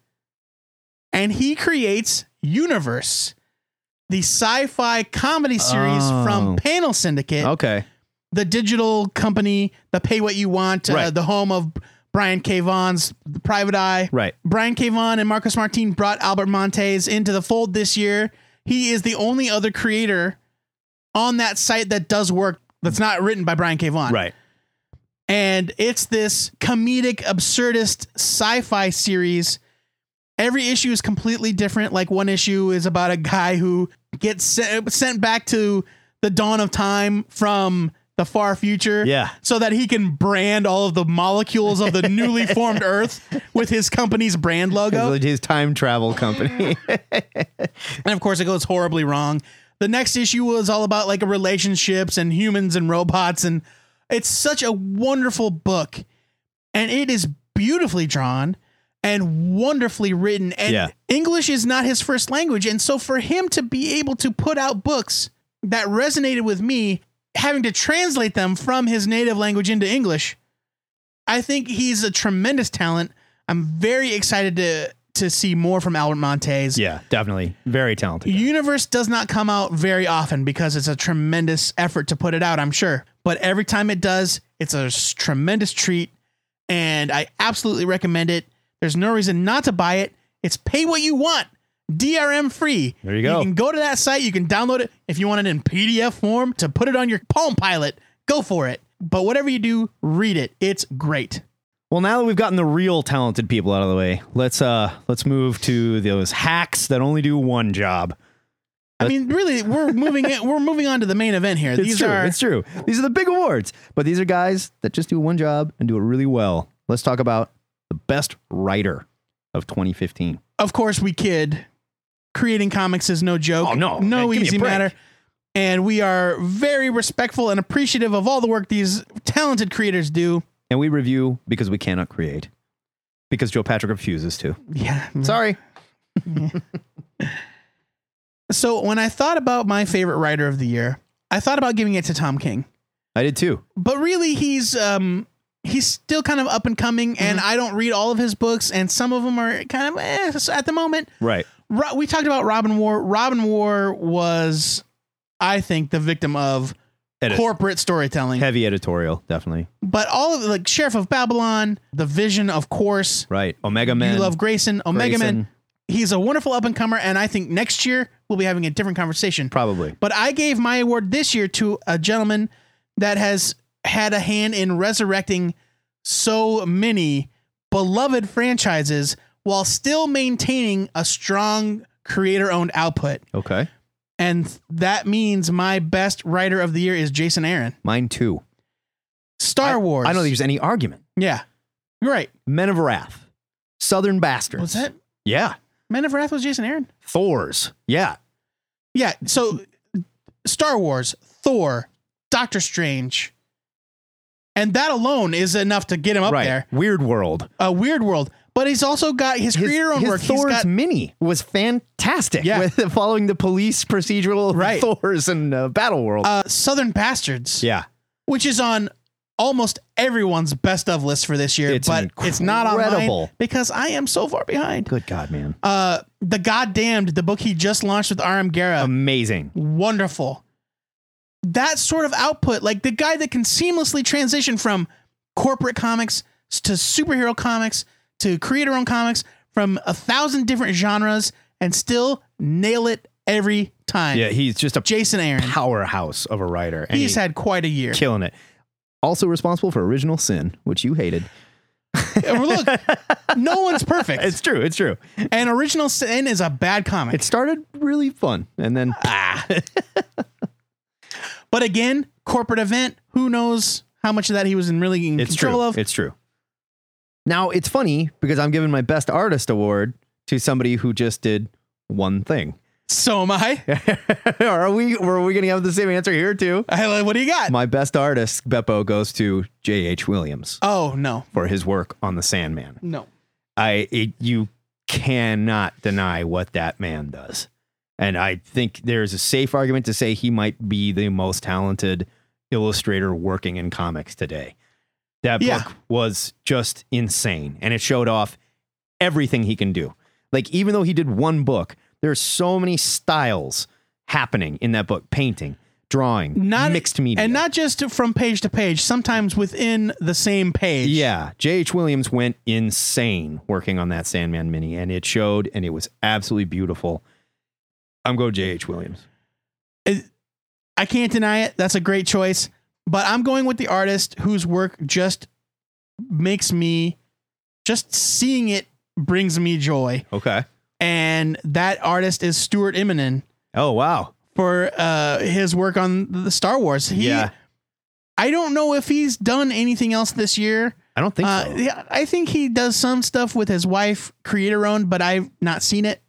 [SPEAKER 4] and he creates Universe, the sci fi comedy series
[SPEAKER 3] Oh.
[SPEAKER 4] from Panel Syndicate,
[SPEAKER 3] Okay.
[SPEAKER 4] the digital company, the pay what you want, uh,
[SPEAKER 3] Right.
[SPEAKER 4] the home of Brian K. Vaughn's The Private Eye.
[SPEAKER 3] Right.
[SPEAKER 4] Brian K. Vaughan and Marcus Martin brought Albert Montez into the fold this year. He is the only other creator on that site that does work that's not written by Brian K. Vaughan
[SPEAKER 3] Right.
[SPEAKER 4] and it's this comedic absurdist sci-fi series every issue is completely different like one issue is about a guy who gets se- sent back to the dawn of time from the far future
[SPEAKER 3] Yeah.
[SPEAKER 4] so that he can brand all of the molecules of the newly formed earth with his company's brand logo
[SPEAKER 3] His time travel company.
[SPEAKER 4] and of course it goes horribly wrong the next issue was all about like relationships and humans and robots and it's such a wonderful book and it is beautifully drawn and wonderfully written and
[SPEAKER 3] Yeah.
[SPEAKER 4] english is not his first language and so for him to be able to put out books that resonated with me having to translate them from his native language into english i think he's a tremendous talent i'm very excited to to see more from albert montez
[SPEAKER 3] yeah, definitely. Very talented.
[SPEAKER 4] Universe does not come out very often because it's a tremendous effort to put it out, I'm sure. But every time it does, it's a s- tremendous treat, and I absolutely recommend it. There's no reason not to buy it. It's pay what you want, DRM free.
[SPEAKER 3] There you go.
[SPEAKER 4] You can go to that site, you can download it. If you want it in PDF form to put it on your Palm Pilot, go for it. But whatever you do, read it. It's great.
[SPEAKER 3] Well, now that we've gotten the real talented people out of the way, let's uh let's move to those hacks that only do one job.
[SPEAKER 4] I mean, really, we're moving it. We're moving on to the main event here.
[SPEAKER 3] It's
[SPEAKER 4] These
[SPEAKER 3] true.
[SPEAKER 4] are
[SPEAKER 3] it's true. These are the big awards, but these are guys that just do one job and do it really well. Let's talk about the best writer of 2015.
[SPEAKER 4] of course, we kid. Creating comics is no joke.
[SPEAKER 3] Oh, no.
[SPEAKER 4] no
[SPEAKER 3] Man, give me a
[SPEAKER 4] easy
[SPEAKER 3] break.
[SPEAKER 4] matter. And we are very respectful and appreciative of all the work these talented creators do.
[SPEAKER 3] And we review because we cannot create because Joe Patrick refuses to.
[SPEAKER 4] Yeah.
[SPEAKER 3] Sorry.
[SPEAKER 4] So when I thought about my favorite writer of the year, I thought about giving it to Tom King.
[SPEAKER 3] I did too.
[SPEAKER 4] but really he's um he's still kind of up and coming
[SPEAKER 3] Mm-hmm.
[SPEAKER 4] and i don't read all of his books and some of them are kind of eh, so at the moment
[SPEAKER 3] Right.
[SPEAKER 4] Ro- we talked about robin war robin war was i think the victim of
[SPEAKER 3] Edit.
[SPEAKER 4] corporate storytelling
[SPEAKER 3] Heavy editorial, definitely.
[SPEAKER 4] but all of like sheriff of babylon the vision of course
[SPEAKER 3] Right. Omega Man.
[SPEAKER 4] you love grayson omega man
[SPEAKER 3] Grayson.
[SPEAKER 4] he's a wonderful up and comer and i think next year we'll be having a different conversation
[SPEAKER 3] Probably.
[SPEAKER 4] but I gave my award this year to a gentleman that has had a hand in resurrecting so many beloved franchises while still maintaining a strong creator owned output.
[SPEAKER 3] Okay.
[SPEAKER 4] And that means my best writer of the year is Jason Aaron.
[SPEAKER 3] Mine too.
[SPEAKER 4] Star Wars.
[SPEAKER 3] I don't think there's any argument.
[SPEAKER 4] Yeah. You're right.
[SPEAKER 3] Men of Wrath. Southern Bastards.
[SPEAKER 4] Was that
[SPEAKER 3] Yeah.
[SPEAKER 4] Men of Wrath was Jason Aaron?
[SPEAKER 3] Thor's. Yeah.
[SPEAKER 4] Yeah. So Star Wars, Thor, Doctor Strange. And that alone is enough to get him up
[SPEAKER 3] right.
[SPEAKER 4] there.
[SPEAKER 3] Weird World.
[SPEAKER 4] a weird world. But he's also got his,
[SPEAKER 3] his,
[SPEAKER 4] creator own
[SPEAKER 3] his
[SPEAKER 4] work.
[SPEAKER 3] Thor's
[SPEAKER 4] he's got
[SPEAKER 3] mini was fantastic.
[SPEAKER 4] Yeah.
[SPEAKER 3] with following the police procedural
[SPEAKER 4] Right.
[SPEAKER 3] Thors and uh, Battle World.
[SPEAKER 4] uh, Southern Bastards,
[SPEAKER 3] yeah,
[SPEAKER 4] which is on almost everyone's best of list for this year,
[SPEAKER 3] It's
[SPEAKER 4] but it's not on mine
[SPEAKER 3] incredible.
[SPEAKER 4] because I am so far behind.
[SPEAKER 3] good God, man,
[SPEAKER 4] Uh, the Goddamned, the book he just launched with R.M. Guerra,
[SPEAKER 3] amazing.
[SPEAKER 4] wonderful. That sort of output, like the guy that can seamlessly transition from corporate comics to superhero comics to creator owned comics from a thousand different genres and still nail it every time.
[SPEAKER 3] Yeah, he's just a
[SPEAKER 4] Jason Aaron.
[SPEAKER 3] powerhouse of a writer. and
[SPEAKER 4] He's
[SPEAKER 3] he-
[SPEAKER 4] had quite a year.
[SPEAKER 3] killing it. Also responsible for Original Sin, which you hated.
[SPEAKER 4] And Look, no one's perfect.
[SPEAKER 3] It's true. It's true.
[SPEAKER 4] and Original Sin is a bad comic.
[SPEAKER 3] It started really fun, and then
[SPEAKER 4] Ah, but again, corporate event. Who knows how much of that he was in really in
[SPEAKER 3] it's
[SPEAKER 4] control
[SPEAKER 3] true.
[SPEAKER 4] of?
[SPEAKER 3] It's true. Now it's funny because I'm giving my best artist award to somebody who just did one thing.
[SPEAKER 4] so am I.
[SPEAKER 3] Are we? Were we going to have the same answer here too?
[SPEAKER 4] I like, what do you got?
[SPEAKER 3] My best artist, Beppo, goes to J.H. Williams
[SPEAKER 4] oh no,
[SPEAKER 3] for his work on The Sandman.
[SPEAKER 4] no.
[SPEAKER 3] I it, you cannot deny what that man does. And I think there's a safe argument to say he might be the most talented illustrator working in comics today. That
[SPEAKER 4] Yeah.
[SPEAKER 3] book was just insane and it showed off everything he can do. Like even though he did one book, there's so many styles happening in that book, painting, drawing,
[SPEAKER 4] Not
[SPEAKER 3] mixed media.
[SPEAKER 4] and not just from page to page. Sometimes within the same page.
[SPEAKER 3] Yeah, J.H. Williams went insane working on that Sandman mini, and it showed, and it was absolutely beautiful. I'm going J.H. Williams.
[SPEAKER 4] I can't deny it. That's a great choice. But I'm going with the artist whose work just makes me, just seeing it brings me joy.
[SPEAKER 3] Okay.
[SPEAKER 4] And that artist is Stuart Eminem
[SPEAKER 3] Oh wow.
[SPEAKER 4] for uh, his work on the Star Wars. He,
[SPEAKER 3] yeah.
[SPEAKER 4] I don't know if he's done anything else this year.
[SPEAKER 3] I don't think
[SPEAKER 4] Uh,
[SPEAKER 3] so.
[SPEAKER 4] yeah, I think he does some stuff with his wife, creator owned, but I've not seen it.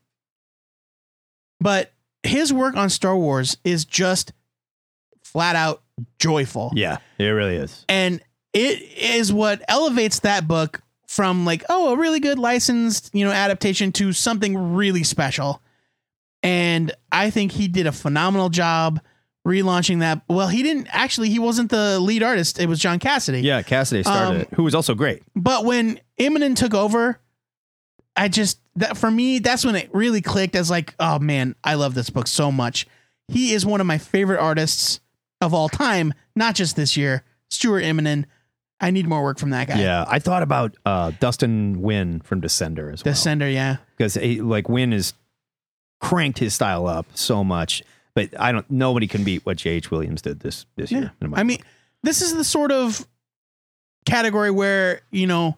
[SPEAKER 4] But his work on Star Wars is just flat out joyful.
[SPEAKER 3] Yeah, it really is.
[SPEAKER 4] And it is what elevates that book from like, oh, a really good licensed, you know, adaptation to something really special. And I think he did a phenomenal job relaunching that. Well, he didn't actually, he wasn't the lead artist. It was John Cassidy.
[SPEAKER 3] Yeah, Cassidy started
[SPEAKER 4] Um,
[SPEAKER 3] it, who was also great.
[SPEAKER 4] But when Eminem took over, I just that for me, that's when it really clicked as like, oh man, I love this book so much. He is one of my favorite artists of all time, not just this year. Stuart Eminem. I need more work from that guy.
[SPEAKER 3] Yeah, I thought about uh, Dustin Wynn from Descender as well.
[SPEAKER 4] Descender, yeah.
[SPEAKER 3] because like Wynn has cranked his style up so much, but I don't. Nobody can beat what J.H. Williams did this this
[SPEAKER 4] Yeah.
[SPEAKER 3] year. in my
[SPEAKER 4] I mean, this is the sort of category where, you know,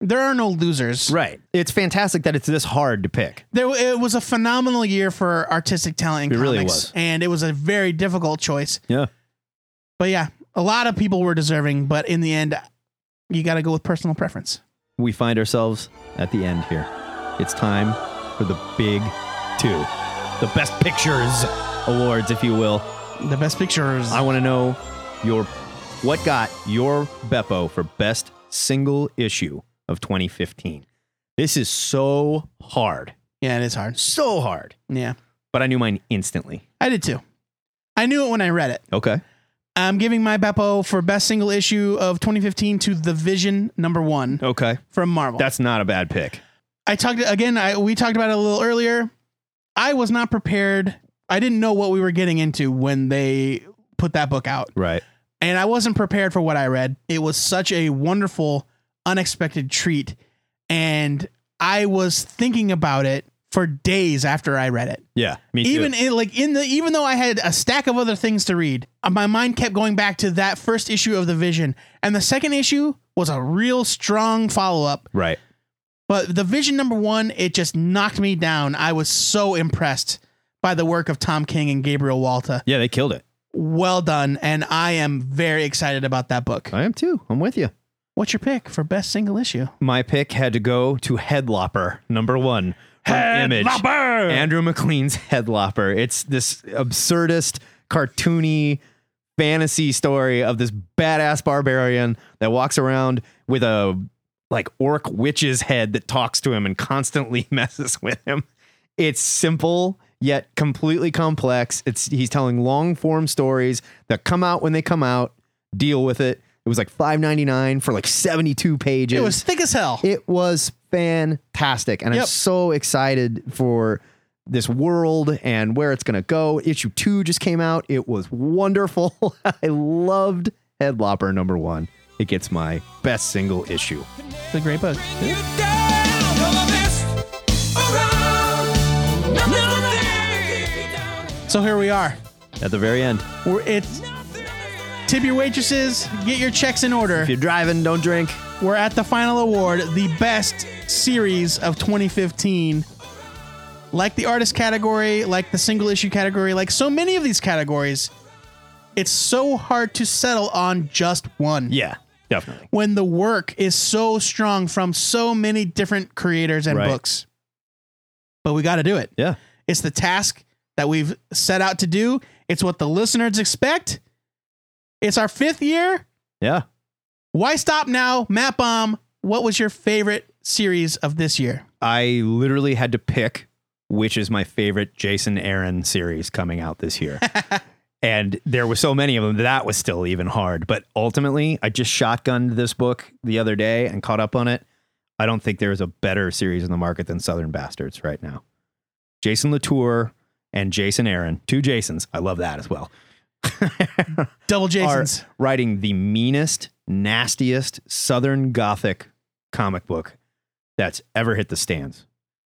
[SPEAKER 4] there are no losers.
[SPEAKER 3] right? It's fantastic that it's this hard to pick.
[SPEAKER 4] There, it was a phenomenal year for artistic talent in
[SPEAKER 3] It
[SPEAKER 4] comics,
[SPEAKER 3] really was.
[SPEAKER 4] and it was a very difficult choice.
[SPEAKER 3] Yeah.
[SPEAKER 4] But yeah, a lot of people were deserving, but in the end, you got to go with personal preference.
[SPEAKER 3] we find ourselves at the end here. It's time for the big two, the best pictures awards, if you will.
[SPEAKER 4] The best pictures.
[SPEAKER 3] I want to know your what got your Beppo for best single issue of 2015. This is so hard,
[SPEAKER 4] yeah, it is hard.
[SPEAKER 3] so hard.
[SPEAKER 4] Yeah,
[SPEAKER 3] But I knew mine instantly.
[SPEAKER 4] I did too. I knew it when I read it.
[SPEAKER 3] Okay.
[SPEAKER 4] I'm giving my Beppo for best single issue of 2015 to The Vision number one
[SPEAKER 3] Okay.
[SPEAKER 4] from Marvel.
[SPEAKER 3] That's not a bad pick.
[SPEAKER 4] I talked again. I we talked about it a little earlier. I was not prepared. I didn't know what we were getting into when they put that book out.
[SPEAKER 3] Right.
[SPEAKER 4] and I wasn't prepared for what I read. It was such a wonderful, unexpected treat. And I was thinking about it for days after I read it.
[SPEAKER 3] Yeah. Me too.
[SPEAKER 4] Even in, like in the even though I had a stack of other things to read, uh, my mind kept going back to that first issue of the Vision, and the second issue was a real strong follow up.
[SPEAKER 3] right.
[SPEAKER 4] But the Vision number one, it just knocked me down. I was so impressed by the work of Tom King and Gabriel Walta.
[SPEAKER 3] Yeah, they killed it.
[SPEAKER 4] Well done, and I am very excited about that book.
[SPEAKER 3] I am too. I'm with you.
[SPEAKER 4] What's your pick for best single issue?
[SPEAKER 3] My pick had to go to Headlopper number one from Image. Andrew McLean's Headlopper. It's this absurdist, cartoony fantasy story of this badass barbarian that walks around with a like orc witch's head that talks to him and constantly messes with him. It's simple yet completely complex. It's he's telling long form stories that come out when they come out. Deal with it. It was like 5.99 for like 72 pages.
[SPEAKER 4] It was thick as hell.
[SPEAKER 3] It was fantastic. And I'm
[SPEAKER 4] Yep.
[SPEAKER 3] so excited for this world and where it's going to go. Issue two just came out. It was wonderful. I loved Headlopper number one. It gets my best single issue.
[SPEAKER 4] It's a great book.
[SPEAKER 7] You down, all the best around. Nothing.
[SPEAKER 4] So here we are.
[SPEAKER 3] At the very end,
[SPEAKER 4] We're, it's
[SPEAKER 7] Nothing.
[SPEAKER 4] tip your waitresses, get your checks in order.
[SPEAKER 3] if you're driving, don't drink.
[SPEAKER 4] we're at the final award, the best series of 2015. Like the artist category, like the single issue category, like so many of these categories, it's so hard to settle on just one.
[SPEAKER 3] Yeah, definitely.
[SPEAKER 4] When the work is so strong from so many different creators and
[SPEAKER 3] Right.
[SPEAKER 4] books. But we got to do it.
[SPEAKER 3] Yeah.
[SPEAKER 4] It's the task that we've set out to do. It's what the listeners expect. It's our fifth year.
[SPEAKER 3] Yeah.
[SPEAKER 4] Why stop now? Map Bomb, what was your favorite series of this year?
[SPEAKER 3] I literally had to pick which is my favorite Jason Aaron series coming out this year. and there were so many of them that that was still even hard. But ultimately, I just shotgunned this book the other day and caught up on it. I don't think there is a better series in the market than Southern Bastards right now. Jason Latour and Jason Aaron, two Jasons. I love that as well.
[SPEAKER 4] Double
[SPEAKER 3] are
[SPEAKER 4] Jasons.
[SPEAKER 3] writing the meanest, nastiest Southern Gothic comic book that's ever hit the stands.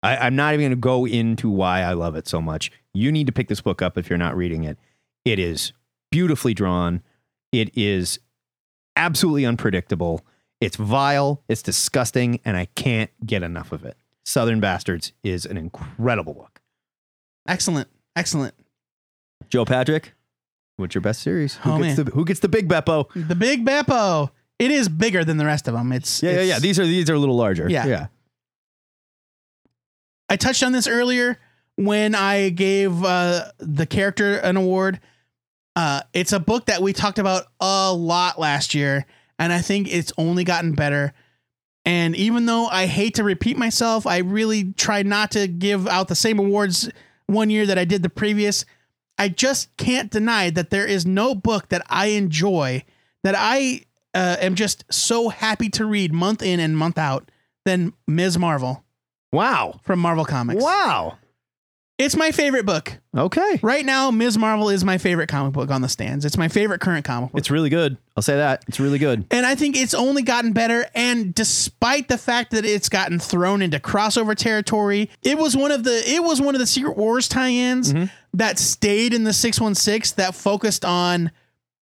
[SPEAKER 3] I, I'm not even going to go into why I love it so much. You need to pick this book up if you're not reading it. It is beautifully drawn. It is absolutely unpredictable. It's vile. It's disgusting, and I can't get enough of it. Southern Bastards is an incredible book.
[SPEAKER 4] Excellent. Excellent.
[SPEAKER 3] Joe Patrick, what's your best series? Who,
[SPEAKER 4] Oh,
[SPEAKER 3] gets,
[SPEAKER 4] man.
[SPEAKER 3] the, who gets the big Beppo?
[SPEAKER 4] The Big Beppo. It is bigger than the rest of them. It's
[SPEAKER 3] Yeah, yeah,
[SPEAKER 4] it's-
[SPEAKER 3] yeah. These are these are a little larger.
[SPEAKER 4] Yeah.
[SPEAKER 3] yeah.
[SPEAKER 4] I touched on this earlier when I gave uh, the character an award. Uh, it's a book that we talked about a lot last year, and I think it's only gotten better. And even though I hate to repeat myself, I really try not to give out the same awards one year that I did the previous. I just can't deny that there is no book that I enjoy that I uh, am just so happy to read month in and month out than Ms. Marvel
[SPEAKER 3] Wow.
[SPEAKER 4] from Marvel Comics.
[SPEAKER 3] Wow.
[SPEAKER 4] It's my favorite book.
[SPEAKER 3] Okay.
[SPEAKER 4] Right now, Ms. Marvel is my favorite comic book on the stands. It's my favorite current comic book.
[SPEAKER 3] It's really good. I'll say that. It's really good.
[SPEAKER 4] and I think it's only gotten better. And despite the fact that it's gotten thrown into crossover territory, it was one of the it was one of the Secret Wars tie-ins that stayed in the 616 that focused on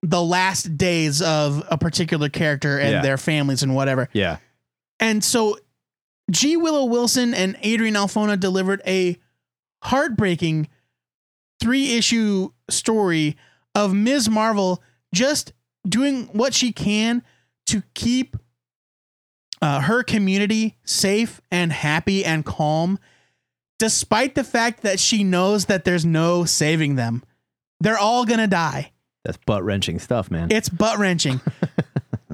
[SPEAKER 4] the last days of a particular character and
[SPEAKER 3] Yeah.
[SPEAKER 4] their families and whatever.
[SPEAKER 3] Yeah.
[SPEAKER 4] And so G. Willow Wilson and Adrian Alfona delivered a heartbreaking three issue story of Ms. Marvel just doing what she can to keep uh, her community safe and happy and calm, despite the fact that she knows that there's no saving them. They're all going to die.
[SPEAKER 3] That's butt wrenching stuff, man.
[SPEAKER 4] It's butt wrenching.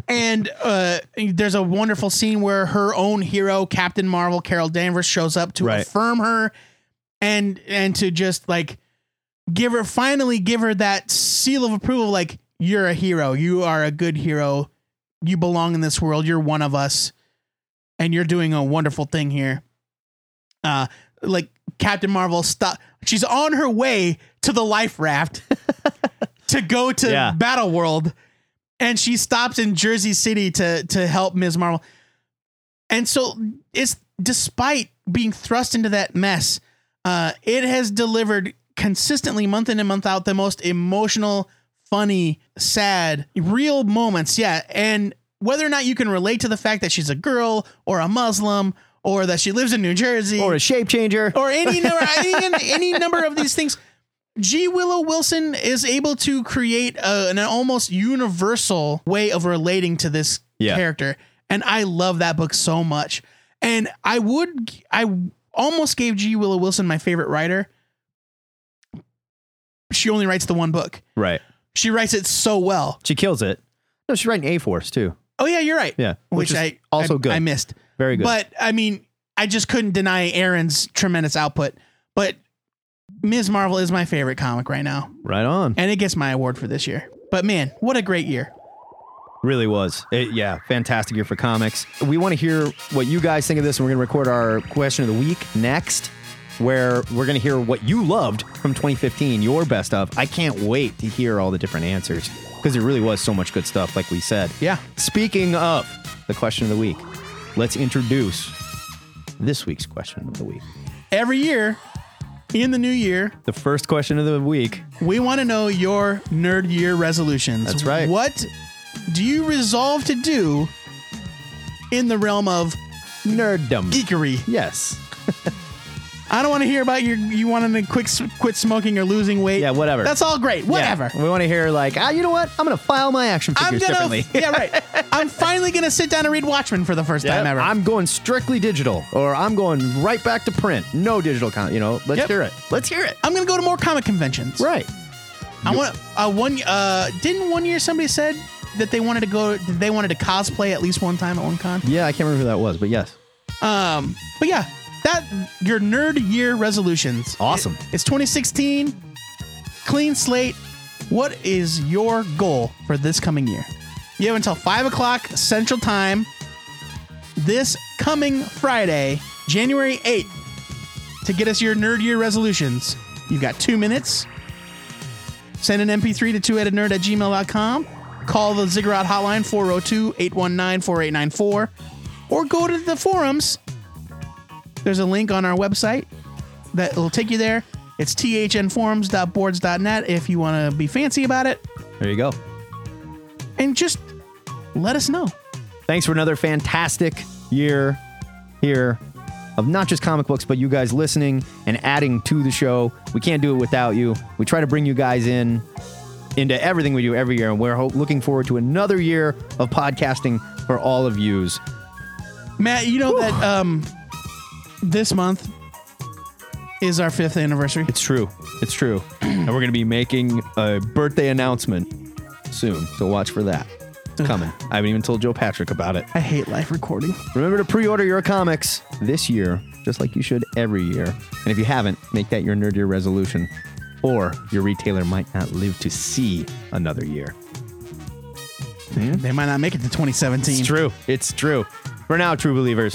[SPEAKER 4] and uh, there's a wonderful scene where her own hero, Captain Marvel, Carol Danvers, shows up to
[SPEAKER 3] Right.
[SPEAKER 4] affirm her and and to just like give her finally give her that seal of approval. Like you're a hero. You are a good hero. You belong in this world. You're one of us, and you're doing a wonderful thing here. Uh, like Captain Marvel, stop. She's on her way to the life raft to go to
[SPEAKER 3] Yeah.
[SPEAKER 4] Battle World, and she stops in Jersey City to to help Ms. Marvel. And so it's despite being thrust into that mess, uh, it has delivered consistently month in and month out the most emotional, funny, sad, real moments. Yeah. And whether or not you can relate to the fact that she's a girl or a Muslim or that she lives in New Jersey
[SPEAKER 3] or a shape changer.
[SPEAKER 4] or any number, any, any number of these things. G. Willow Wilson is able to create a, an almost universal way of relating to this
[SPEAKER 3] Yeah.
[SPEAKER 4] character, and I love that book so much. And I would, I almost gave G. Willow Wilson my favorite writer. She only writes the one book.
[SPEAKER 3] right.
[SPEAKER 4] She writes it so well.
[SPEAKER 3] She kills it. No, she's writing A Force too.
[SPEAKER 4] Oh yeah, you're right.
[SPEAKER 3] Yeah.
[SPEAKER 4] which,
[SPEAKER 3] is
[SPEAKER 4] I
[SPEAKER 3] also
[SPEAKER 4] I-
[SPEAKER 3] good.
[SPEAKER 4] I missed.
[SPEAKER 3] Very good.
[SPEAKER 4] But I mean, I just couldn't deny Aaron's tremendous output. But Ms. Marvel is my favorite comic right now,
[SPEAKER 3] right on.
[SPEAKER 4] and it gets my award for this year. But man, what a great year!
[SPEAKER 3] Really was. It- yeah. Fantastic year for comics. We want to hear what you guys think of this, and we're going to record our question of the week next, where we're going to hear what you loved from 2015, your best of. I can't wait to hear all the different answers because there really was so much good stuff, like we said.
[SPEAKER 4] Yeah.
[SPEAKER 3] Speaking of the question of the week, let's introduce this week's question of the week.
[SPEAKER 4] Every year, in the new year,
[SPEAKER 3] The first question of the week.
[SPEAKER 4] we want to know your nerd year resolutions.
[SPEAKER 3] That's right.
[SPEAKER 4] What do you resolve to do in the realm of
[SPEAKER 3] Nerddom.
[SPEAKER 4] geekery.
[SPEAKER 3] Yes.
[SPEAKER 4] I don't want to hear about your you wanting to quick s- quit smoking or losing weight.
[SPEAKER 3] Yeah, whatever.
[SPEAKER 4] That's all great. Whatever.
[SPEAKER 3] Yeah. We want to hear like, ah, you know what? I'm gonna file my action
[SPEAKER 4] I'm
[SPEAKER 3] figures
[SPEAKER 4] gonna.
[SPEAKER 3] differently.
[SPEAKER 4] yeah, right. I'm finally gonna sit down and read Watchmen for the first time ever.
[SPEAKER 3] I'm going strictly digital, or I'm going right back to print. No digital con. You know, let's
[SPEAKER 4] Yep.
[SPEAKER 3] hear it. Let's hear it.
[SPEAKER 4] I'm gonna go to more comic conventions.
[SPEAKER 3] Right.
[SPEAKER 4] I want uh, one. Uh, didn't one year somebody said that they wanted to go? They wanted to cosplay at least one time at one con.
[SPEAKER 3] Yeah, I can't remember who that was, but yes.
[SPEAKER 4] Um, but yeah, that your nerd year resolutions.
[SPEAKER 3] Awesome.
[SPEAKER 4] It's 2016, clean slate. What is your goal for this coming year? You have until five o'clock Central Time this coming Friday, January 8th, to get us your nerd year resolutions. You've got two minutes. Send an MP3 to two-headed nerd at gmail.com. Call the Ziggurat hotline 402 819 4894 or go to the forums. There's a link on our website that will take you there. It's thnforums.boards.net if you want to be fancy about it.
[SPEAKER 3] There you go.
[SPEAKER 4] And just let us know.
[SPEAKER 3] Thanks for another fantastic year here of not just comic books, but you guys listening and adding to the show. We can't do it without you. We try to bring you guys in into everything we do every year, and we're ho- looking forward to another year of podcasting for all of yous.
[SPEAKER 4] Matt, you know that um, this month is our fifth anniversary.
[SPEAKER 3] It's true. It's true. and we're going to be making a birthday announcement soon. So watch for that. It's coming. I haven't even told Joe Patrick about it.
[SPEAKER 4] I hate live recording.
[SPEAKER 3] Remember to pre order your comics this year, just like you should every year. And if you haven't, make that your nerd year resolution, or your retailer might not live to see another year.
[SPEAKER 4] They might not make it to 2017.
[SPEAKER 3] It's true. It's true. For now, true believers,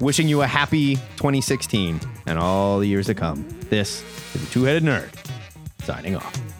[SPEAKER 3] wishing you a happy 2016 and all the years to come. This is the Two Headed Nerd signing off.